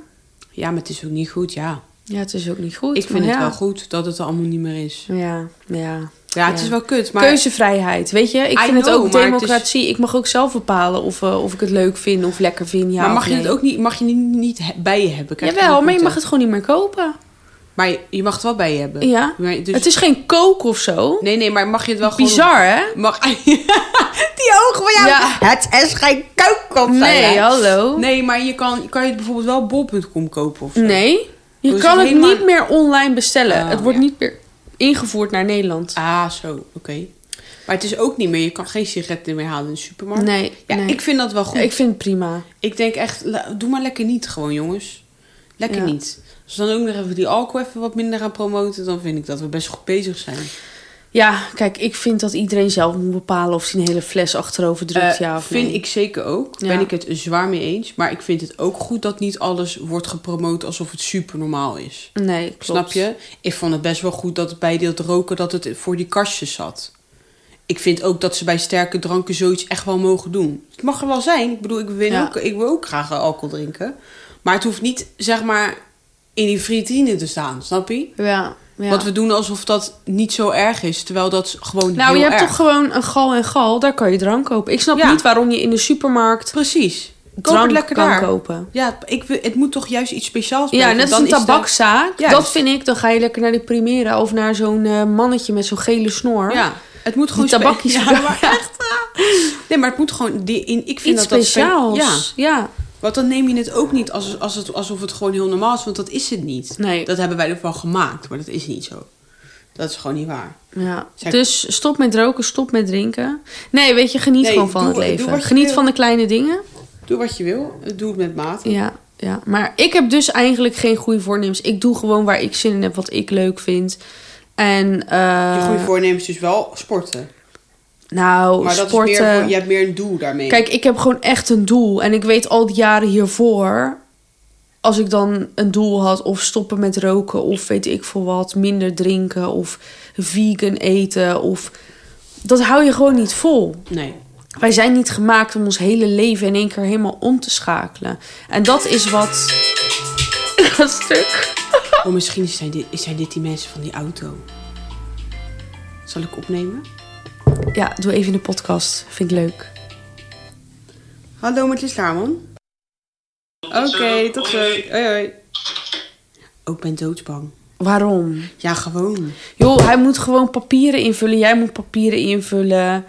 A: Ja, maar het is ook niet goed, ja.
B: Ja, het is ook niet goed.
A: Ik vind
B: maar
A: het
B: ja.
A: wel goed dat het er allemaal niet meer is.
B: Ja, ja.
A: Ja, het
B: Ja.
A: is wel kut, maar...
B: Keuzevrijheid, weet je? Ik
A: I
B: vind het
A: know,
B: ook
A: maar het is-
B: democratie. Ik mag ook zelf bepalen of, eh, of ik het leuk vind of lekker vind. Ja,
A: maar mag
B: of
A: je het
B: nee.
A: ook niet, mag je niet, niet he- bij je hebben? Krijg
B: Jawel,
A: geen
B: maar je mag
A: boete.
B: het gewoon niet meer kopen.
A: Maar je- je mag het wel bij je hebben.
B: Ja.
A: Maar dus-
B: Het is geen kook of zo.
A: Nee, nee, maar mag je het wel gewoon...
B: Bizar, hè?
A: Mag... die ogen van jou!
B: Ja.
A: Het is geen kookop,
B: Nee, hallo.
A: Nee, maar je kan, kan je het bijvoorbeeld wel op bol.com kopen of zo?
B: Nee.
A: Oh,
B: Je
A: is
B: kan
A: het
B: het
A: helemaal-
B: niet meer online bestellen.
A: Oh,
B: het wordt
A: ja.
B: niet meer ingevoerd naar Nederland.
A: Ah, zo, oké. Maar het is ook niet meer, je kan geen sigaretten meer halen in de supermarkt.
B: Nee,
A: Ja,
B: nee.
A: ik vind dat wel goed.
B: Ja, ik
A: Ik,
B: vind het prima.
A: denk echt, la- doe maar lekker niet gewoon, jongens. Lekker
B: Ja.
A: niet. Als we dan ook nog even die alcohol even wat minder gaan promoten, dan vind ik dat we best goed bezig zijn.
B: Ja, kijk, ik vind dat iedereen zelf moet bepalen of hij een hele fles achterover drukt.
A: Eh,
B: ja, of
A: vind
B: nee.
A: ik zeker ook.
B: Ja.
A: Ben ik het zwaar mee eens. Maar ik vind het ook goed dat niet alles wordt gepromoot alsof het super normaal is.
B: Nee, klopt.
A: Snap je? Ik vond het best wel goed dat het bij dat roken dat het voor die kastjes zat. Ik vind ook dat ze bij sterke dranken zoiets echt wel mogen doen. Het mag er wel zijn. Ik bedoel, ik, win
B: Ja.
A: ook, ik wil ook graag alcohol drinken. Maar het hoeft niet, zeg maar, in die vitrine te staan. Snap je?
B: Ja. ja.
A: Want we doen alsof dat niet zo erg is. Terwijl dat gewoon
B: nou,
A: heel
B: je hebt
A: erg.
B: toch gewoon een gal en gal, daar kan je drank kopen. Ik snap
A: Ja.
B: niet waarom je in de supermarkt
A: Precies. Koop het
B: drank
A: lekker
B: kan
A: daar.
B: kopen.
A: Ja, ik, wil- het moet toch juist iets speciaals
B: Ja, net als een
A: dan is de-
B: tabakzaak.
A: Juist.
B: Dat vind ik, dan ga je lekker naar die Primera of naar zo'n eh, mannetje met zo'n gele snor.
A: Ja, het moet
B: Die
A: gewoon... spe-
B: tabakjes.
A: Ja, maar echt. ah. Nee, maar het moet gewoon... Die, in, ik vind
B: Iets
A: dat dat spe-
B: speciaals.
A: ja.
B: ja.
A: Want dan neem je het ook niet als, als het, alsof het gewoon heel normaal is, want dat is het niet.
B: Nee.
A: Dat hebben wij ervan gemaakt, maar dat is niet zo. Dat is gewoon niet waar.
B: Ja,
A: Zij-
B: dus stop met roken, stop met drinken. Nee, weet je, geniet
A: Nee,
B: gewoon van
A: doe-
B: het
A: doe
B: leven.
A: wat je
B: geniet
A: wil.
B: van de kleine dingen.
A: Doe wat je wil, doe het met mate.
B: Ja, ja, maar ik heb dus eigenlijk geen goede voornemens. Ik doe gewoon waar ik zin in heb, wat ik leuk vind. En, eh,
A: Je goede voornemens is dus wel sporten.
B: nou,
A: Maar dat
B: sporten.
A: is meer, voor- je hebt meer een doel daarmee.
B: Kijk, ik heb gewoon echt een doel. En ik weet al die jaren hiervoor, als ik dan een doel had, of stoppen met roken, of weet ik veel wat, minder drinken, of vegan eten, of. Dat hou je gewoon niet vol.
A: Nee.
B: Wij zijn niet gemaakt om ons hele leven in één keer helemaal om te schakelen. En dat is wat. Dat stuk.
A: Oh, misschien zijn dit, zijn dit die mensen van die auto. Zal ik opnemen?
B: Ja, doe even in de podcast. Vind ik leuk.
A: Hallo met je Slaarman. Oké, tot zo. Hoi hoi. Ook ben doodsbang.
B: Waarom?
A: Ja, gewoon.
B: Joh, hij moet gewoon papieren invullen. Jij moet papieren invullen.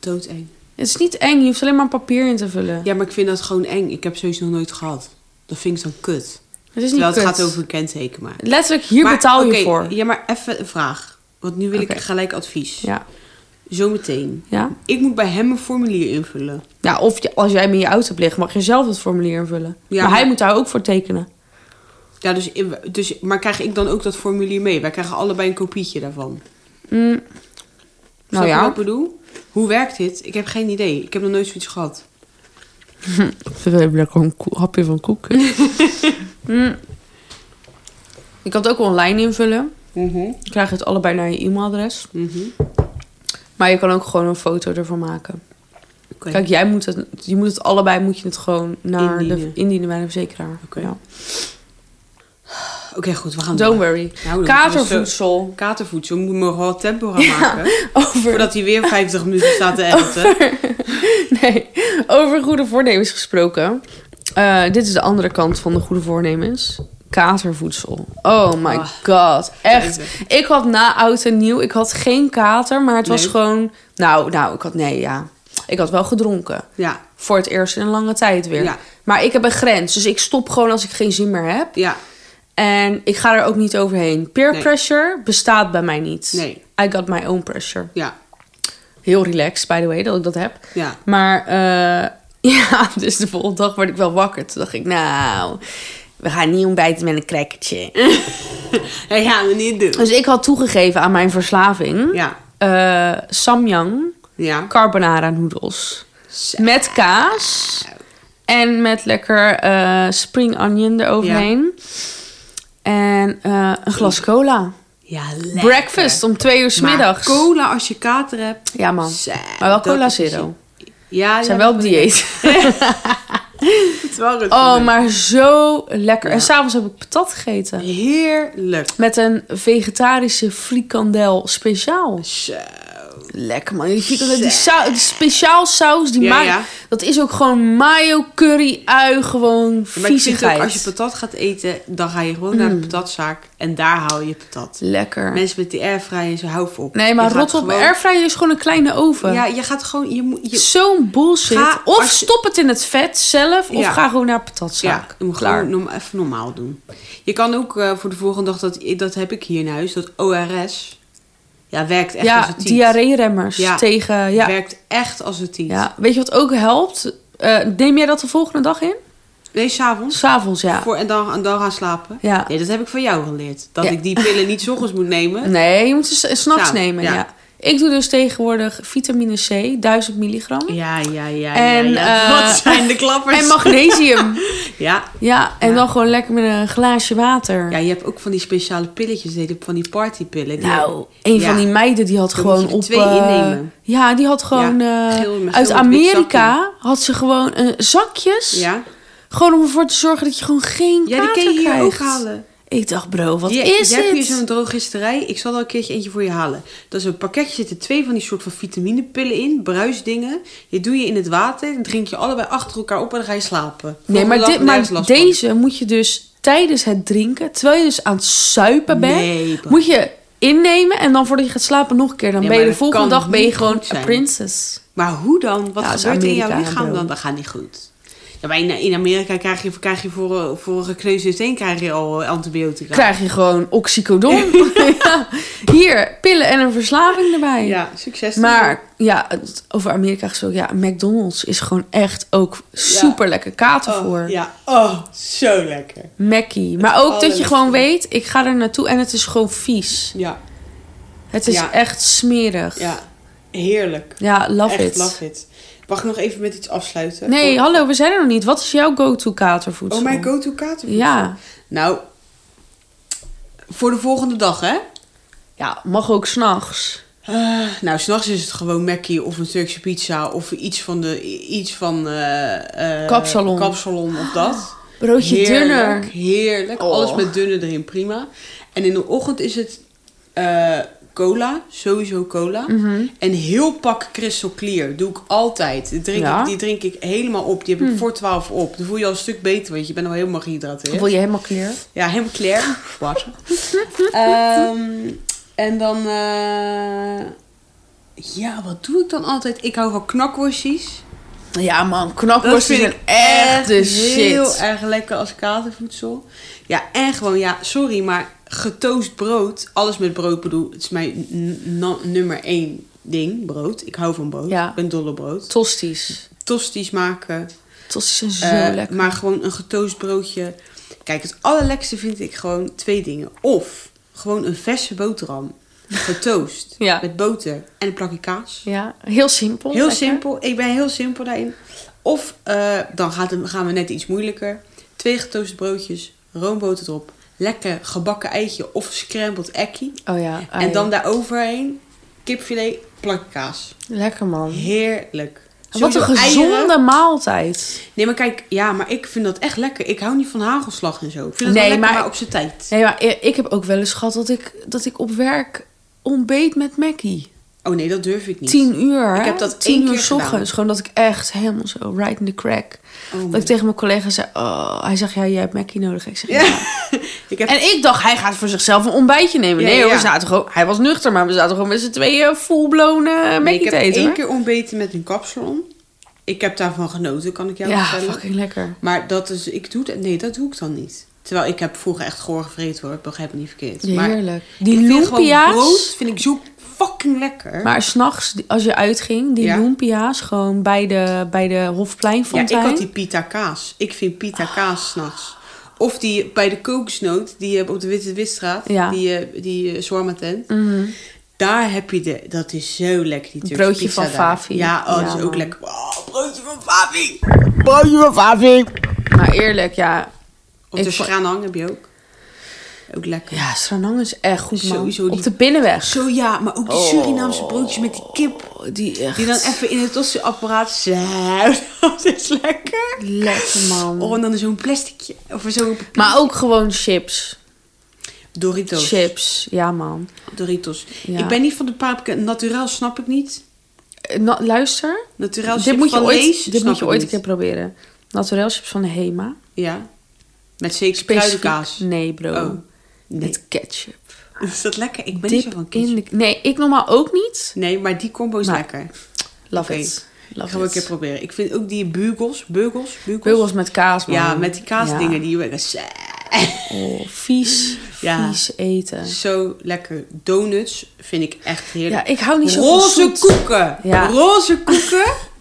A: Doodeng.
B: Het is niet eng. Je hoeft alleen maar papier in te vullen.
A: Ja, maar ik vind dat gewoon eng. Ik heb sowieso nog nooit gehad. Dat vind ik dan kut.
B: het is niet
A: Terwijl het
B: kut.
A: gaat over een kenteken maar.
B: Letterlijk, hier
A: Maar,
B: betaal je
A: oké,
B: voor.
A: Ja, maar even een vraag. Want nu wil
B: Oké.
A: ik gelijk advies.
B: Ja.
A: Zometeen.
B: Ja?
A: Ik moet bij hem een formulier invullen.
B: ja of je, als jij hem in je auto hebt liggen, mag je zelf het formulier invullen.
A: Ja,
B: maar hij
A: maar-
B: moet daar ook voor tekenen.
A: Ja, dus, dus, maar krijg ik dan ook dat formulier mee? Wij krijgen allebei een kopietje daarvan.
B: Mm.
A: Snap
B: Nou
A: je
B: ja,
A: wat ik bedoel? Hoe werkt dit? Ik heb geen idee. Ik heb nog nooit zoiets gehad.
B: We hebben lekker een ko- hapje van koek. Mm. Je kan het ook online invullen. Je krijgt het allebei naar je e-mailadres.
A: Mhm.
B: Maar je kan ook gewoon een foto ervan maken.
A: Oké.
B: Kijk, jij moet het, je moet het allebei moet je het gewoon naar de
A: Indienen.
B: indienen bij de verzekeraar.
A: Oké.
B: Ja.
A: Oké, goed. We gaan
B: Don't
A: door.
B: worry.
A: Nou, dan gaan we zo-
B: Katervoedsel.
A: Katervoedsel. We moeten wel tempo gaan
B: Ja.
A: maken.
B: Over
A: Voordat hij weer 50 minuten staat te
B: Oh.
A: editen.
B: Nee, over goede voornemens gesproken. Eh, dit is de andere kant van de goede voornemens. Katervoedsel. Oh my
A: Ah,
B: god. Echt.
A: jezus.
B: Ik had na oud en nieuw, ik had geen kater, maar het was
A: Nee.
B: gewoon... Nou, nou, ik had... Nee, ja. Ik had wel gedronken.
A: Ja,
B: Voor het eerst in een lange tijd weer.
A: Ja.
B: Maar ik heb een grens, dus ik stop gewoon als ik geen zin meer heb.
A: ja.
B: En ik ga er ook niet overheen. Peer
A: Nee.
B: pressure bestaat bij mij niet.
A: Nee.
B: I got my own pressure.
A: Ja,
B: Heel relaxed, by the way, dat ik dat heb.
A: ja.
B: Maar eh, ja, dus de volgende dag word ik wel wakker. Toen dacht ik, nou, we gaan niet ontbijten met een crackertje.
A: Dat gaan we niet doen.
B: Dus ik had toegegeven aan mijn verslaving.
A: Ja,
B: eh, Samyang
A: ja.
B: carbonara noedels.
A: Zo.
B: Met kaas. En met lekker eh, spring onion eroverheen. En eh, een glas cola.
A: Ja, lekker.
B: Breakfast om twee uur 's
A: Maar
B: middags.
A: cola als je kater hebt.
B: Ja man,
A: Zo,
B: maar wel
A: dat
B: cola
A: is-
B: zero.
A: Ja,
B: Zijn
A: ja,
B: wel
A: dat
B: op
A: vind ik
B: dieet.
A: het wel goed.
B: Oh, maar zo lekker.
A: Ja.
B: En s'avonds heb ik patat gegeten.
A: Heerlijk.
B: Met een vegetarische frikandel speciaal.
A: Zo.
B: Lekker man. Die, frikandel, die, sau- die speciaal saus, die
A: Ja,
B: mayo.
A: ja.
B: Dat is ook gewoon mayo, curry, ui, gewoon
A: Maar ik vind
B: viezigheid.
A: ook, als je patat gaat eten, dan ga je gewoon
B: Mm.
A: naar de patatzaak. En daar haal je patat.
B: Lekker.
A: Mensen met die airfryer en zo, hou op.
B: Nee, maar
A: Je gaat
B: rot op.
A: gewoon-
B: Airfryer is gewoon een kleine oven.
A: Ja, je gaat gewoon... Je, moet- je,
B: Zo'n bullshit.
A: Ga
B: of
A: als je-
B: stop het in het vet zelf, of
A: Ja.
B: ga gewoon naar
A: Ja,
B: patatzaak.
A: je moet
B: Klaar.
A: gewoon norm- even normaal doen. Je kan ook eh, voor de volgende dag, dat, dat heb ik hier in huis, dat ORS. Ja, werkt echt
B: ja,
A: als het tiet.
B: diarree-remmers
A: Ja.
B: tegen... Ja.
A: Werkt echt als het tiet.
B: ja. Weet je wat ook helpt? Eh, neem jij dat de volgende dag in?
A: Nee, s'avonds.
B: S'avonds, ja.
A: Voor En dan, en dan gaan slapen.
B: ja.
A: Nee, dat heb ik van jou geleerd. Dat
B: Ja.
A: ik die pillen niet 's ochtends moet nemen.
B: Nee, je moet ze s- eh, s'nachts
A: Samen,
B: nemen. Ja.
A: ja.
B: Ik doe dus tegenwoordig vitamine C, 1000 milligram.
A: Ja, ja, ja.
B: En,
A: ja, ja.
B: eh,
A: Wat zijn de klappers?
B: En magnesium.
A: ja.
B: ja, en
A: Ja.
B: dan gewoon lekker met een glaasje water.
A: ja, je hebt ook van die speciale pilletjes, die je- van die partypillen. Die
B: nou, een
A: Ja.
B: van die meiden die had
A: Dan
B: gewoon
A: moet je er
B: op...
A: twee
B: eh,
A: innemen.
B: Ja, die had gewoon... eh,
A: geel- maar
B: uit
A: geel met wit
B: Amerika had ze gewoon eh, zakjes.
A: Ja,
B: Gewoon om ervoor te zorgen dat je gewoon geen
A: ja die
B: kater
A: kun je hier
B: krijgt.
A: ook halen.
B: Ik dacht, bro, wat
A: je,
B: is
A: je
B: dit?
A: hebt hier zo'n drogisterij. Ik zal er een keertje eentje voor je halen. Dat is een pakketje. zitten twee van die soort van vitaminepillen in. Bruisdingen. Die doe je in het water. Dan drink je allebei achter elkaar op en dan ga je slapen.
B: Nee, maar,
A: Volgende dag
B: dit,
A: nergens
B: maar
A: last van.
B: deze moet je dus tijdens het drinken, terwijl je dus aan het suipen bent,
A: Nee, bro.
B: moet je innemen en dan voordat je gaat slapen nog een keer. Dan
A: Nee,
B: ben je
A: maar
B: de
A: dat
B: volgende
A: kan
B: dag ben je
A: niet
B: gewoon
A: goed
B: een
A: zijn.
B: princess.
A: Maar hoe dan? Wat
B: Ja, dat is
A: gebeurt er in jouw
B: Amerika,
A: lichaam
B: bro.
A: dan? Dat gaat niet goed. Ja, maar in, in Amerika krijg je, krijg je voor, eh, voor een gekneusde teen krijg je al eh, antibiotica.
B: Krijg je gewoon oxycodon. Ja. Hier, pillen en een verslaving erbij.
A: Ja, succes.
B: Maar ja, het- over Amerika gesproken, ja, McDonald's is gewoon echt ook super lekker kater
A: oh,
B: voor.
A: Ja, oh, zo lekker.
B: Mackie. Maar ook dat je
A: allerlekkerste.
B: gewoon weet, ik ga er naartoe en het is gewoon vies.
A: Ja,
B: Het is
A: Ja.
B: echt smerig.
A: ja. Heerlijk.
B: Ja, love
A: Echt
B: it.
A: love it. Mag ik nog even met iets afsluiten? Oh.
B: Nee,
A: Voor-
B: hallo, we zijn er nog niet. Wat is jouw go-to katervoedsel?
A: Eh, Oh, mijn go-to katervoedsel?
B: Ja.
A: Nou, voor de volgende dag, hè?
B: ja, mag ook s'nachts.
A: Eh, nou, s'nachts is het gewoon Mackie of een Turkse pizza of iets van de... Iets van... eh, eh,
B: Kapsalon.
A: Kapsalon of dat.
B: Broodje
A: heerlijk,
B: dunner.
A: heerlijk.
B: Oh.
A: Alles met dunner erin, prima. En in de ochtend is het eh, cola, sowieso cola.
B: Mhm.
A: En heel pak Crystal Clear doe ik altijd. Die drink,
B: Ja? Hm.
A: ik, die drink ik helemaal op. Die heb ik voor 12 op. Dan voel je je al een stuk beter, want je bent al helemaal gehydrateerd.
B: Wil je helemaal clear?
A: Ja, helemaal clear. Water. Ehm, en dan... eh, ja, wat doe ik dan altijd? Ik hou van knakworstjes.
B: Ja, man.
A: Dat
B: Knakworsten
A: vind
B: zijn
A: ik
B: echt de
A: heel
B: shit.
A: erg lekker als katervoedsel. Ja, en gewoon, ja, sorry, maar getoast brood. Alles met brood bedoel. Het is mijn n- na- nummer één ding, brood. Ik hou van brood.
B: Ja.
A: Ik ben dol op brood.
B: Tosties.
A: Tosties maken.
B: Tosties zijn zo
A: eh,
B: lekker.
A: Maar gewoon een getoast broodje. Kijk, het allerlekste vind ik gewoon twee dingen. Of gewoon een verse boterham. Getoast.
B: Ja.
A: Met boter en een plakje kaas.
B: Ja, heel simpel.
A: Heel
B: lekker.
A: simpel. Ik ben heel simpel daarin. Of eh, dan gaat het, gaan we net iets moeilijker. Twee getoaste broodjes, roomboter erop, lekker gebakken eitje of scrambled eggie.
B: Oh ja. ai.
A: En dan daaroverheen kipfilet, plakje kaas.
B: Lekker man.
A: Heerlijk.
B: Wat een
A: Sowieso
B: gezonde
A: eieren.
B: maaltijd.
A: Nee, maar kijk, ja, maar ik vind dat echt lekker. Ik hou niet van hagelslag en zo. Ik vind dat
B: Nee,
A: wel lekker,
B: maar-
A: maar... op zijn tijd.
B: Nee, maar i- ik heb ook wel eens gehad dat ik, dat ik op werk ontbeet met Mackie.
A: Oh nee, dat durf ik niet.
B: Tien uur.
A: Ik
B: hè?
A: heb dat
B: Tien
A: één
B: uur
A: keer
B: s
A: gedaan.
B: ochtends. Gewoon dat ik echt helemaal zo right in the crack.
A: Oh,
B: dat
A: man.
B: ik tegen mijn collega zei, oh, hij zegt, ja, jij hebt Mackie nodig. Ik zeg, ja.
A: Ja. Ik heb...
B: En ik dacht, hij gaat voor zichzelf een ontbijtje nemen.
A: Ja,
B: nee
A: ja,
B: hoor, we
A: ja.
B: zaten gewoon, hij was nuchter, maar we zaten gewoon met z'n tweeën full-blown eh,
A: Nee,
B: Mackie
A: ik heb
B: te eten.
A: één
B: hoor.
A: keer ontbeten met een kapsalon. Ik heb daarvan genoten, kan ik jou
B: ja,
A: vertellen.
B: fucking lekker.
A: Maar dat is, ik doe dat, nee, dat doe ik dan niet. Terwijl ik heb vroeger echt goor gevreten hoor, ik begrijp me niet verkeerd. Maar
B: Heerlijk. Die
A: ik vind gewoon
B: lumpia's.
A: brood vind ik zo fucking lekker.
B: Maar s'nachts, als je uitging, die
A: Ja.
B: lumpia's gewoon bij de, bij de
A: ja, ik
B: Hofpleinfontein.
A: had die pita kaas. Ik vind pita
B: Ah.
A: kaas s'nachts. Of die bij de kokosnoot, die je hebt op de Witte Witstraat,
B: Ja.
A: die, eh, die uh, tent.
B: Mhm.
A: Daar heb je de, dat is zo lekker, die Turkse
B: Broodje van
A: pizza daar.
B: Favi.
A: Ja, oh,
B: Ja,
A: dat is ook
B: man.
A: lekker. Oh, broodje van Favi. Broodje van Favi.
B: Maar eerlijk, ja.
A: Op de
B: Ik vond-
A: Schranang heb je ook. Ook lekker.
B: Ja, Stranang is echt goed, man.
A: Sowieso die-
B: Op de binnenweg.
A: Zo ja, maar ook die Surinaamse broodjes met die kip.
B: Oh, Die echt...
A: Die dan even in het tosseapparaat zuigt. Dat is lekker.
B: Lekker, man.
A: Oh, en dan zo'n plasticje. Of zo'n papier.
B: Maar ook gewoon chips.
A: Doritos.
B: Chips. Ja, man.
A: Doritos.
B: Ja.
A: Ik ben niet van de paprika. Naturaal snap ik niet.
B: Eh, na- luister.
A: Naturaal
B: dit
A: chips
B: moet je
A: van
B: ooit,
A: Lees
B: dit
A: snap
B: moet je
A: ik
B: ooit een
A: niet.
B: keer proberen. Naturel chips van de Hema.
A: Ja. Met zeker
B: Specifiek-
A: kruidenkaas.
B: Nee, bro.
A: Oh. Nee.
B: Met ketchup.
A: Is dat lekker? Ik ben niet
B: Dip
A: zo van
B: in
A: ketchup.
B: de... Nee, ik normaal ook niet.
A: Nee, maar die combo is
B: Maar-
A: lekker.
B: Love
A: Oké.
B: it.
A: Dat
B: Love
A: gaan we een
B: it.
A: keer proberen. Ik vind ook die bugels. Bugels? Bugels?
B: Bubbels met kaas, man.
A: Ja, met die kaasdingen
B: Ja.
A: die je eh, lekker zuigt.
B: Oh, vies,
A: Ja.
B: vies eten.
A: Zo lekker. Donuts vind ik echt heerlijk.
B: Ja, ik hou niet zo
A: Roze
B: van zoet.
A: koeken.
B: Ja.
A: Roze koeken.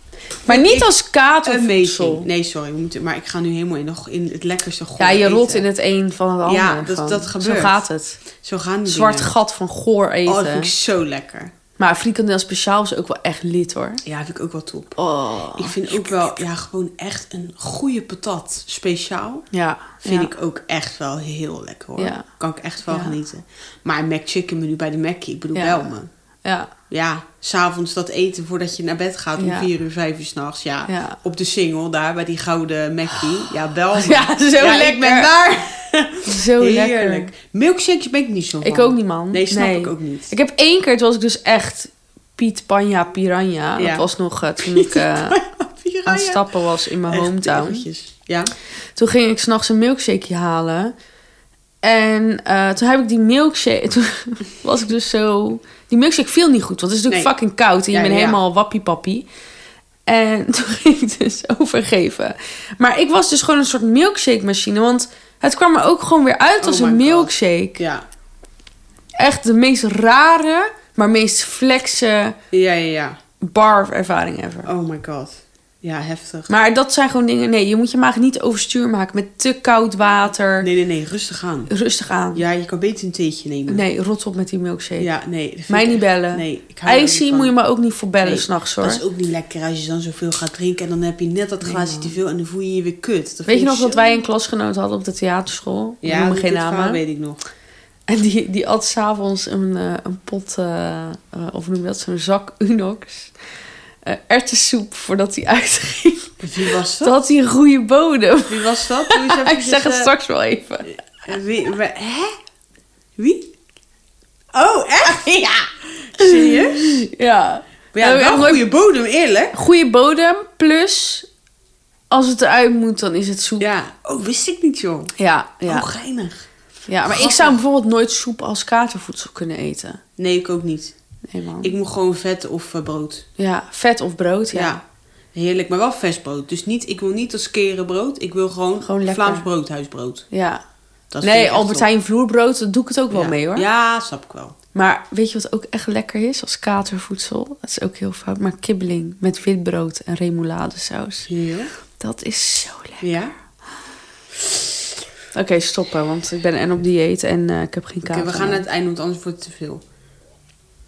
B: Maar niet als kaat of voedsel.
A: Amazing. Nee, sorry. We moeten, maar ik ga nu helemaal in, de- in het lekkerste goor
B: Ja, je
A: eten.
B: rolt in het een van het ander.
A: Ja, dat-
B: gewoon.
A: dat gebeurt.
B: Zo gaat het.
A: Zo gaan die
B: Zwart
A: dingen.
B: gat van goor
A: Oh, dat
B: eten.
A: vind ik zo lekker.
B: Maar frikandel speciaal is ook wel echt lid, hoor.
A: Ja, vind ik ook wel top.
B: Oh.
A: Ik vind ook wel, ja, gewoon echt een goede patat speciaal.
B: Ja.
A: Vind
B: ja.
A: ik ook echt wel heel lekker hoor.
B: Ja.
A: Kan ik echt wel
B: Ja.
A: genieten. Maar een McChicken menu bij de Mackie, ik bedoel
B: Ja.
A: wel me.
B: Ja.
A: Ja, s'avonds dat eten voordat je naar bed gaat om
B: Ja.
A: 4 uur, 5 uur s'nachts. Ja.
B: Ja.
A: op de single daar bij die gouden Mackie. Ja, bel me.
B: Ja, zo
A: Ja,
B: lekker.
A: ik ben daar.
B: Zo
A: Heerlijk.
B: lekker.
A: Milkshakes ben ik niet zo van.
B: Ik ook niet, man.
A: Nee, snap ik ook niet.
B: Ik heb één keer, toen was ik dus echt Piet Panja Piranha.
A: Ja.
B: Dat was nog eh, toen ik eh,
A: Vier
B: aan het
A: rijen.
B: stappen was in mijn
A: Echt
B: hometown.
A: eventjes. Ja.
B: Toen ging ik s'nachts een milkshake halen. En eh, toen heb ik die milkshake. Toen was ik dus zo. Die milkshake viel niet goed, want het is natuurlijk
A: Nee.
B: fucking koud. En je
A: Ja,
B: bent
A: ja, ja.
B: helemaal wappiepappie. En toen ging ik dus overgeven. Maar ik was dus gewoon een soort milkshake machine. Want het kwam er ook gewoon weer uit
A: Oh
B: als
A: my
B: een
A: God.
B: milkshake.
A: Ja.
B: Echt de meest rare, maar meest flexe
A: ja, ja, ja.
B: bar-ervaring ever.
A: Oh my god. Ja, heftig.
B: Maar dat zijn gewoon dingen. Nee, je moet je maag niet overstuur maken met te koud water.
A: Nee, nee, nee. Rustig aan.
B: Rustig aan.
A: Ja, je kan beter een theetje nemen.
B: Nee, rot op met die milkshake.
A: Ja, nee. dat vind
B: Mij
A: ik
B: niet
A: echt-
B: bellen.
A: Nee, ik hou er ook
B: Icy
A: niet van.
B: moet je me ook niet voor bellen
A: Nee,
B: s'nachts hoor.
A: Dat is ook niet lekker als je dan zoveel gaat drinken en dan heb je net dat glaasje te veel en dan voel je je weer kut. Dat
B: Weet
A: vind
B: je
A: ik
B: nog dat
A: zo-
B: wij een klasgenoot hadden op de theaterschool? Ik
A: Ja,
B: noem
A: dit
B: geen
A: verhaal
B: namen.
A: weet ik nog.
B: En die, die at s'avonds een, eh, een pot, eh, eh, of noem je dat, zo'n zak Unox. eh ertessoep voordat hij uitging.
A: Wie was
B: Toen
A: dat?
B: had hij een goede bodem.
A: Wie was dat? Doe eens
B: Ik
A: eventjes,
B: zeg het
A: eh,
B: straks wel even.
A: Wie, we- hè? Wie? Oh, echt? Ja. Serieus?
B: Ja.
A: Maar ja,
B: Nou,
A: wel
B: echt
A: een
B: leuk.
A: goede bodem, eerlijk.
B: Goede bodem, plus als het eruit moet, dan is het soep. Ja,
A: Ja. Oh, wist ik niet, joh.
B: ja, ja.
A: Oh, geinig.
B: maar ik zou bijvoorbeeld nooit soep als katervoedsel kunnen eten.
A: Nee, ik ook niet.
B: Nee, man.
A: Ik moet gewoon vet of eh, brood.
B: Ja, vet of brood, Oh. ja.
A: Ja. Heerlijk, maar wel vers brood. Dus niet, ik wil niet dat skere brood. Ik wil gewoon,
B: Gewoon lekker.
A: Vlaams brood, huisbrood.
B: Ja.
A: Dat vind
B: nee,
A: ik echt
B: Albert
A: top.
B: Heijn vloerbrood, dat doe ik het ook wel
A: Ja.
B: mee hoor.
A: Ja, snap ik wel.
B: Maar weet je wat ook echt lekker is als katervoedsel? Dat is ook heel fout. Maar kibbeling met witbrood en remouladesaus.
A: Ja.
B: Dat is zo lekker.
A: Ja?
B: Oké, stoppen, want ik ben en op dieet en eh, ik heb geen
A: Oké,
B: kater.
A: we gaan
B: meer.
A: naar het einde, want anders wordt het te veel.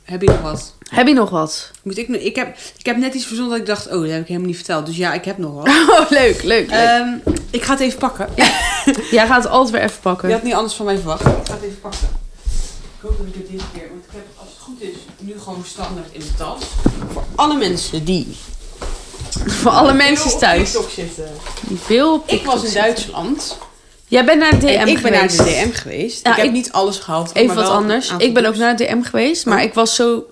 A: Heb je nog wat?
B: Heb je nog wat?
A: Moet ik, nu- ik, heb, ik heb net iets verzonnen dat ik dacht, oh, dat heb ik helemaal niet verteld. Dus ja, ik heb nog wat.
B: Oh, leuk, leuk, leuk.
A: Ehm, ik ga het even pakken.
B: Jij gaat het altijd weer even pakken.
A: Je had niet anders van mij verwacht. Ik ga het even pakken. Ik hoop dat ik het dit keer, want ik heb het als het goed is nu gewoon standaard in de tas. Voor alle mensen die.
B: Voor alle mensen
A: heel
B: thuis.
A: Op TikTok zitten.
B: Die veel op
A: Ik
B: TikTok
A: was in
B: zitten.
A: Duitsland.
B: Jij bent naar de DM
A: en ik ben naar de
B: geweest.
A: DM geweest.
B: Ja,
A: ik heb
B: ik-
A: niet alles gehaald.
B: Even
A: maar
B: wat
A: wel Oh. een
B: anders.
A: aantal
B: Ik ben ook
A: dingen.
B: naar de DM geweest, maar ik was zo...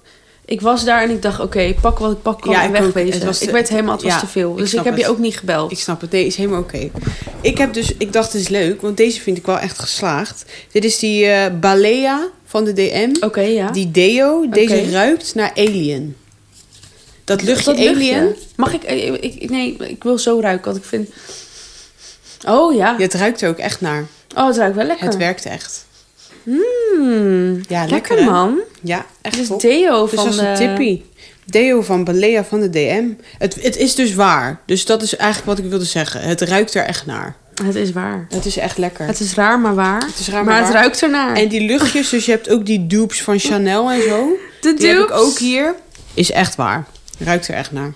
B: Ik was daar en ik dacht, oké, ik pak wat ik pak kan
A: Ja,
B: en
A: ik ook.
B: wegwezen.
A: Het was te-
B: ik werd helemaal, het was
A: Ja,
B: te veel.
A: ik
B: Dus ik,
A: snap
B: heb je
A: het.
B: ook niet gebeld.
A: Ik snap het. Nee, is helemaal oké. Ik heb dus, ik dacht, dit is leuk, want deze vind ik wel echt geslaagd. Dit is die eh, Balea van de DM.
B: Oké, Oh, ja.
A: Die deo, deze
B: Oké.
A: ruikt naar alien. Dat luchtje
B: Dat luchtje.
A: alien.
B: Mag ik, eh, ik, ik- Nee, ik wil zo ruiken, want ik vind... Oh ja.
A: Ja, het ruikt er ook echt naar.
B: Oh, het ruikt wel lekker.
A: Het werkt echt.
B: Mm,
A: Ja, lekker,
B: lekker,
A: hè?
B: man.
A: Ja, echt
B: Dus
A: top.
B: deo
A: Dus
B: van
A: dat is een
B: de-
A: tippie. Deo van Balea van de DM. Het, het is dus waar. Dus dat is eigenlijk wat ik wilde zeggen. Het ruikt er echt naar.
B: Het is waar.
A: Het is echt lekker.
B: Het is raar, maar waar. Het
A: is raar,
B: maar
A: maar
B: het
A: waar.
B: ruikt ernaar.
A: En die luchtjes, dus je hebt ook die dupes van Chanel en zo.
B: de
A: Die heb ik
B: dupes.
A: ook hier. Is echt waar. Ruikt er echt naar.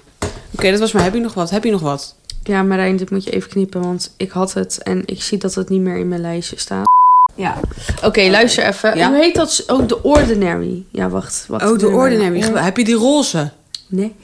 A: Oké, dat was maar. Heb je nog wat? Heb je nog wat?
B: Ja, Marijn, dit moet je even knippen, want ik had het en ik zie dat het niet meer in mijn lijstje staat.
A: Ja.
B: Oké, luister even.
A: Ja?
B: Hoe heet dat? Oh, The Ordinary. Ja, wacht. wacht
A: Oh, de
B: Weer
A: ordinary.
B: bijna.
A: Heb je die roze?
B: Nee.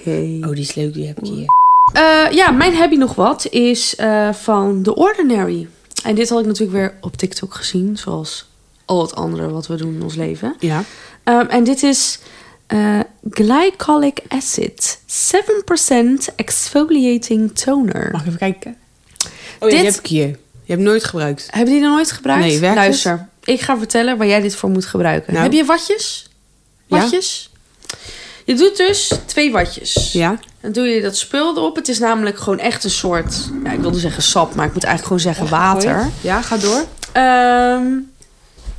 A: Oh, die is leuk. Die heb ik hier.
B: Eh, ja, mijn heb je nog wat is eh, van The Ordinary. En dit had ik natuurlijk weer op TikTok gezien, zoals al het andere wat we doen in ons leven.
A: Ja.
B: Ehm, en dit is eh, glycolic acid, 7% exfoliating toner.
A: Mag ik even kijken? Oh, ja,
B: Dit-
A: die heb ik hier. Je hebt nooit gebruikt.
B: Hebben die nog nooit gebruikt?
A: Nee, werkt
B: Luister, ik ga vertellen waar jij dit voor moet gebruiken.
A: Nou.
B: Heb je watjes?
A: Ja.
B: Watjes? Je doet dus twee watjes.
A: Ja.
B: Dan doe je dat spul erop. Het is namelijk gewoon echt een soort... Ja, ik wilde zeggen sap, maar ik moet eigenlijk gewoon zeggen water.
A: Ja, ga door.
B: Ehm,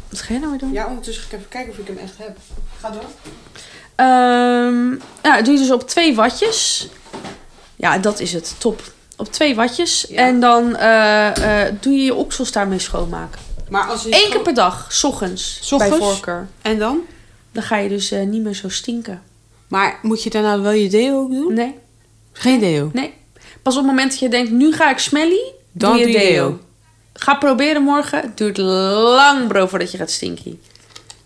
B: wat ga je nou weer doen?
A: Ja, ondertussen ga ik even kijken of ik hem echt heb. Ga door.
B: Ehm ja, doe je dus op twee watjes. Ja, dat is het. Top. Op twee watjes.
A: Ja.
B: En dan eh, eh, doe je je oksels daarmee schoonmaken.
A: Maar als je
B: Eén keer per dag, s ochtends,
A: Dus S ochtends?
B: bij voorkeur.
A: En dan?
B: Dan ga je dus eh, niet meer zo stinken.
A: Maar moet je daarna wel je deo ook doen?
B: Nee,
A: Geen deo.
B: nee. Pas op het moment dat je denkt, nu ga ik smelly,
A: Dan
B: doe je
A: doe je
B: deo.
A: deo.
B: Ga proberen morgen. Het duurt lang, bro, voordat je gaat stinky.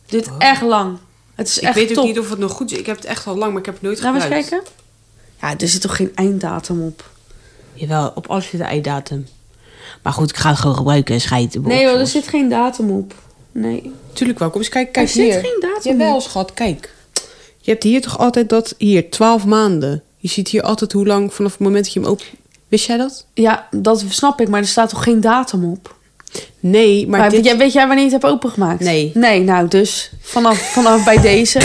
B: Het duurt echt lang. Het is
A: Oh. Ik
B: echt
A: weet
B: top.
A: ook niet of het nog goed is. Ik heb het echt al lang, maar ik heb het nooit
B: Gaan we eens
A: gebruikt.
B: kijken? Ja, er zit toch geen einddatum op?
A: Jawel, op alles zit een einddatum. Maar goed, ik ga het gewoon gebruiken, scheid.
B: Nee joh, er zit geen datum op. Nee.
A: Tuurlijk wel. Kom eens kijken, kijk
B: Er zit
A: hier.
B: geen datum
A: Jawel,
B: op.
A: schat, kijk. Je hebt hier toch altijd dat... Hier, 12 maanden. Je ziet hier altijd hoe lang vanaf het moment dat je hem open... Wist jij dat?
B: Ja, dat snap ik, maar er staat toch geen datum op?
A: Nee, maar,
B: Maar
A: dit...
B: jij- weet jij wanneer je het hebt opengemaakt?
A: Nee.
B: Nee, nou dus vanaf, vanaf bij deze.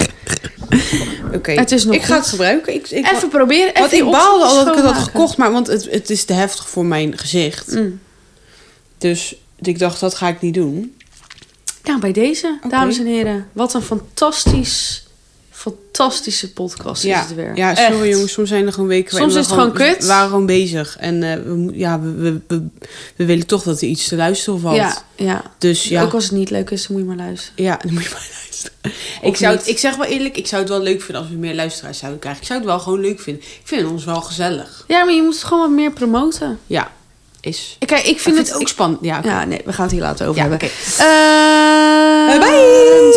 A: Oké,
B: Het is nog
A: ik ga
B: goed.
A: het gebruiken. Ik, ik,
B: Even proberen. Even
A: Want
B: die
A: ik baalde al
B: oksels
A: dat ik het had
B: schoonmaken.
A: gekocht, maar want het, het is te heftig voor mijn gezicht.
B: Mm.
A: Dus ik dacht, dat ga ik niet doen.
B: Nou, bij deze, dames en heren. Wat een fantastisch, fantastische podcast
A: ja,
B: is het weer.
A: ja, sorry
B: Echt.
A: jongens, soms zijn er gewoon weken waarin
B: Soms
A: we
B: is het gewoon kut.
A: We waren gewoon bezig en eh, we, mo- ja, we, we, we, we willen toch dat er iets te luisteren valt.
B: Ja, ja.
A: Dus ja,
B: Ook als het niet leuk is, dan moet je maar luisteren.
A: ja dan moet je maar luisteren. Ik,
B: niet.
A: zou het, ik zeg wel eerlijk, ik zou het wel leuk vinden als we meer luisteraars zouden krijgen. Ik zou het wel gewoon leuk vinden. Ik vind ons wel gezellig.
B: Ja, maar je moet het gewoon wat meer promoten.
A: Ja, is.
B: Kijk, ik vind,
A: Ik vind
B: het,
A: het ook spannend. Ja, oké.
B: Ja, nee, we gaan het hier later over
A: Ja,
B: hebben.
A: oké.
B: Eh,
A: Bye.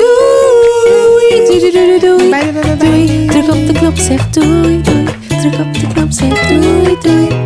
C: Doei, doei, doei, doei,
A: Bye, bye, bye, bye.
C: doei. Druk op de knop, zeg doei, doei. Druk op de knop, zeg doei, doei.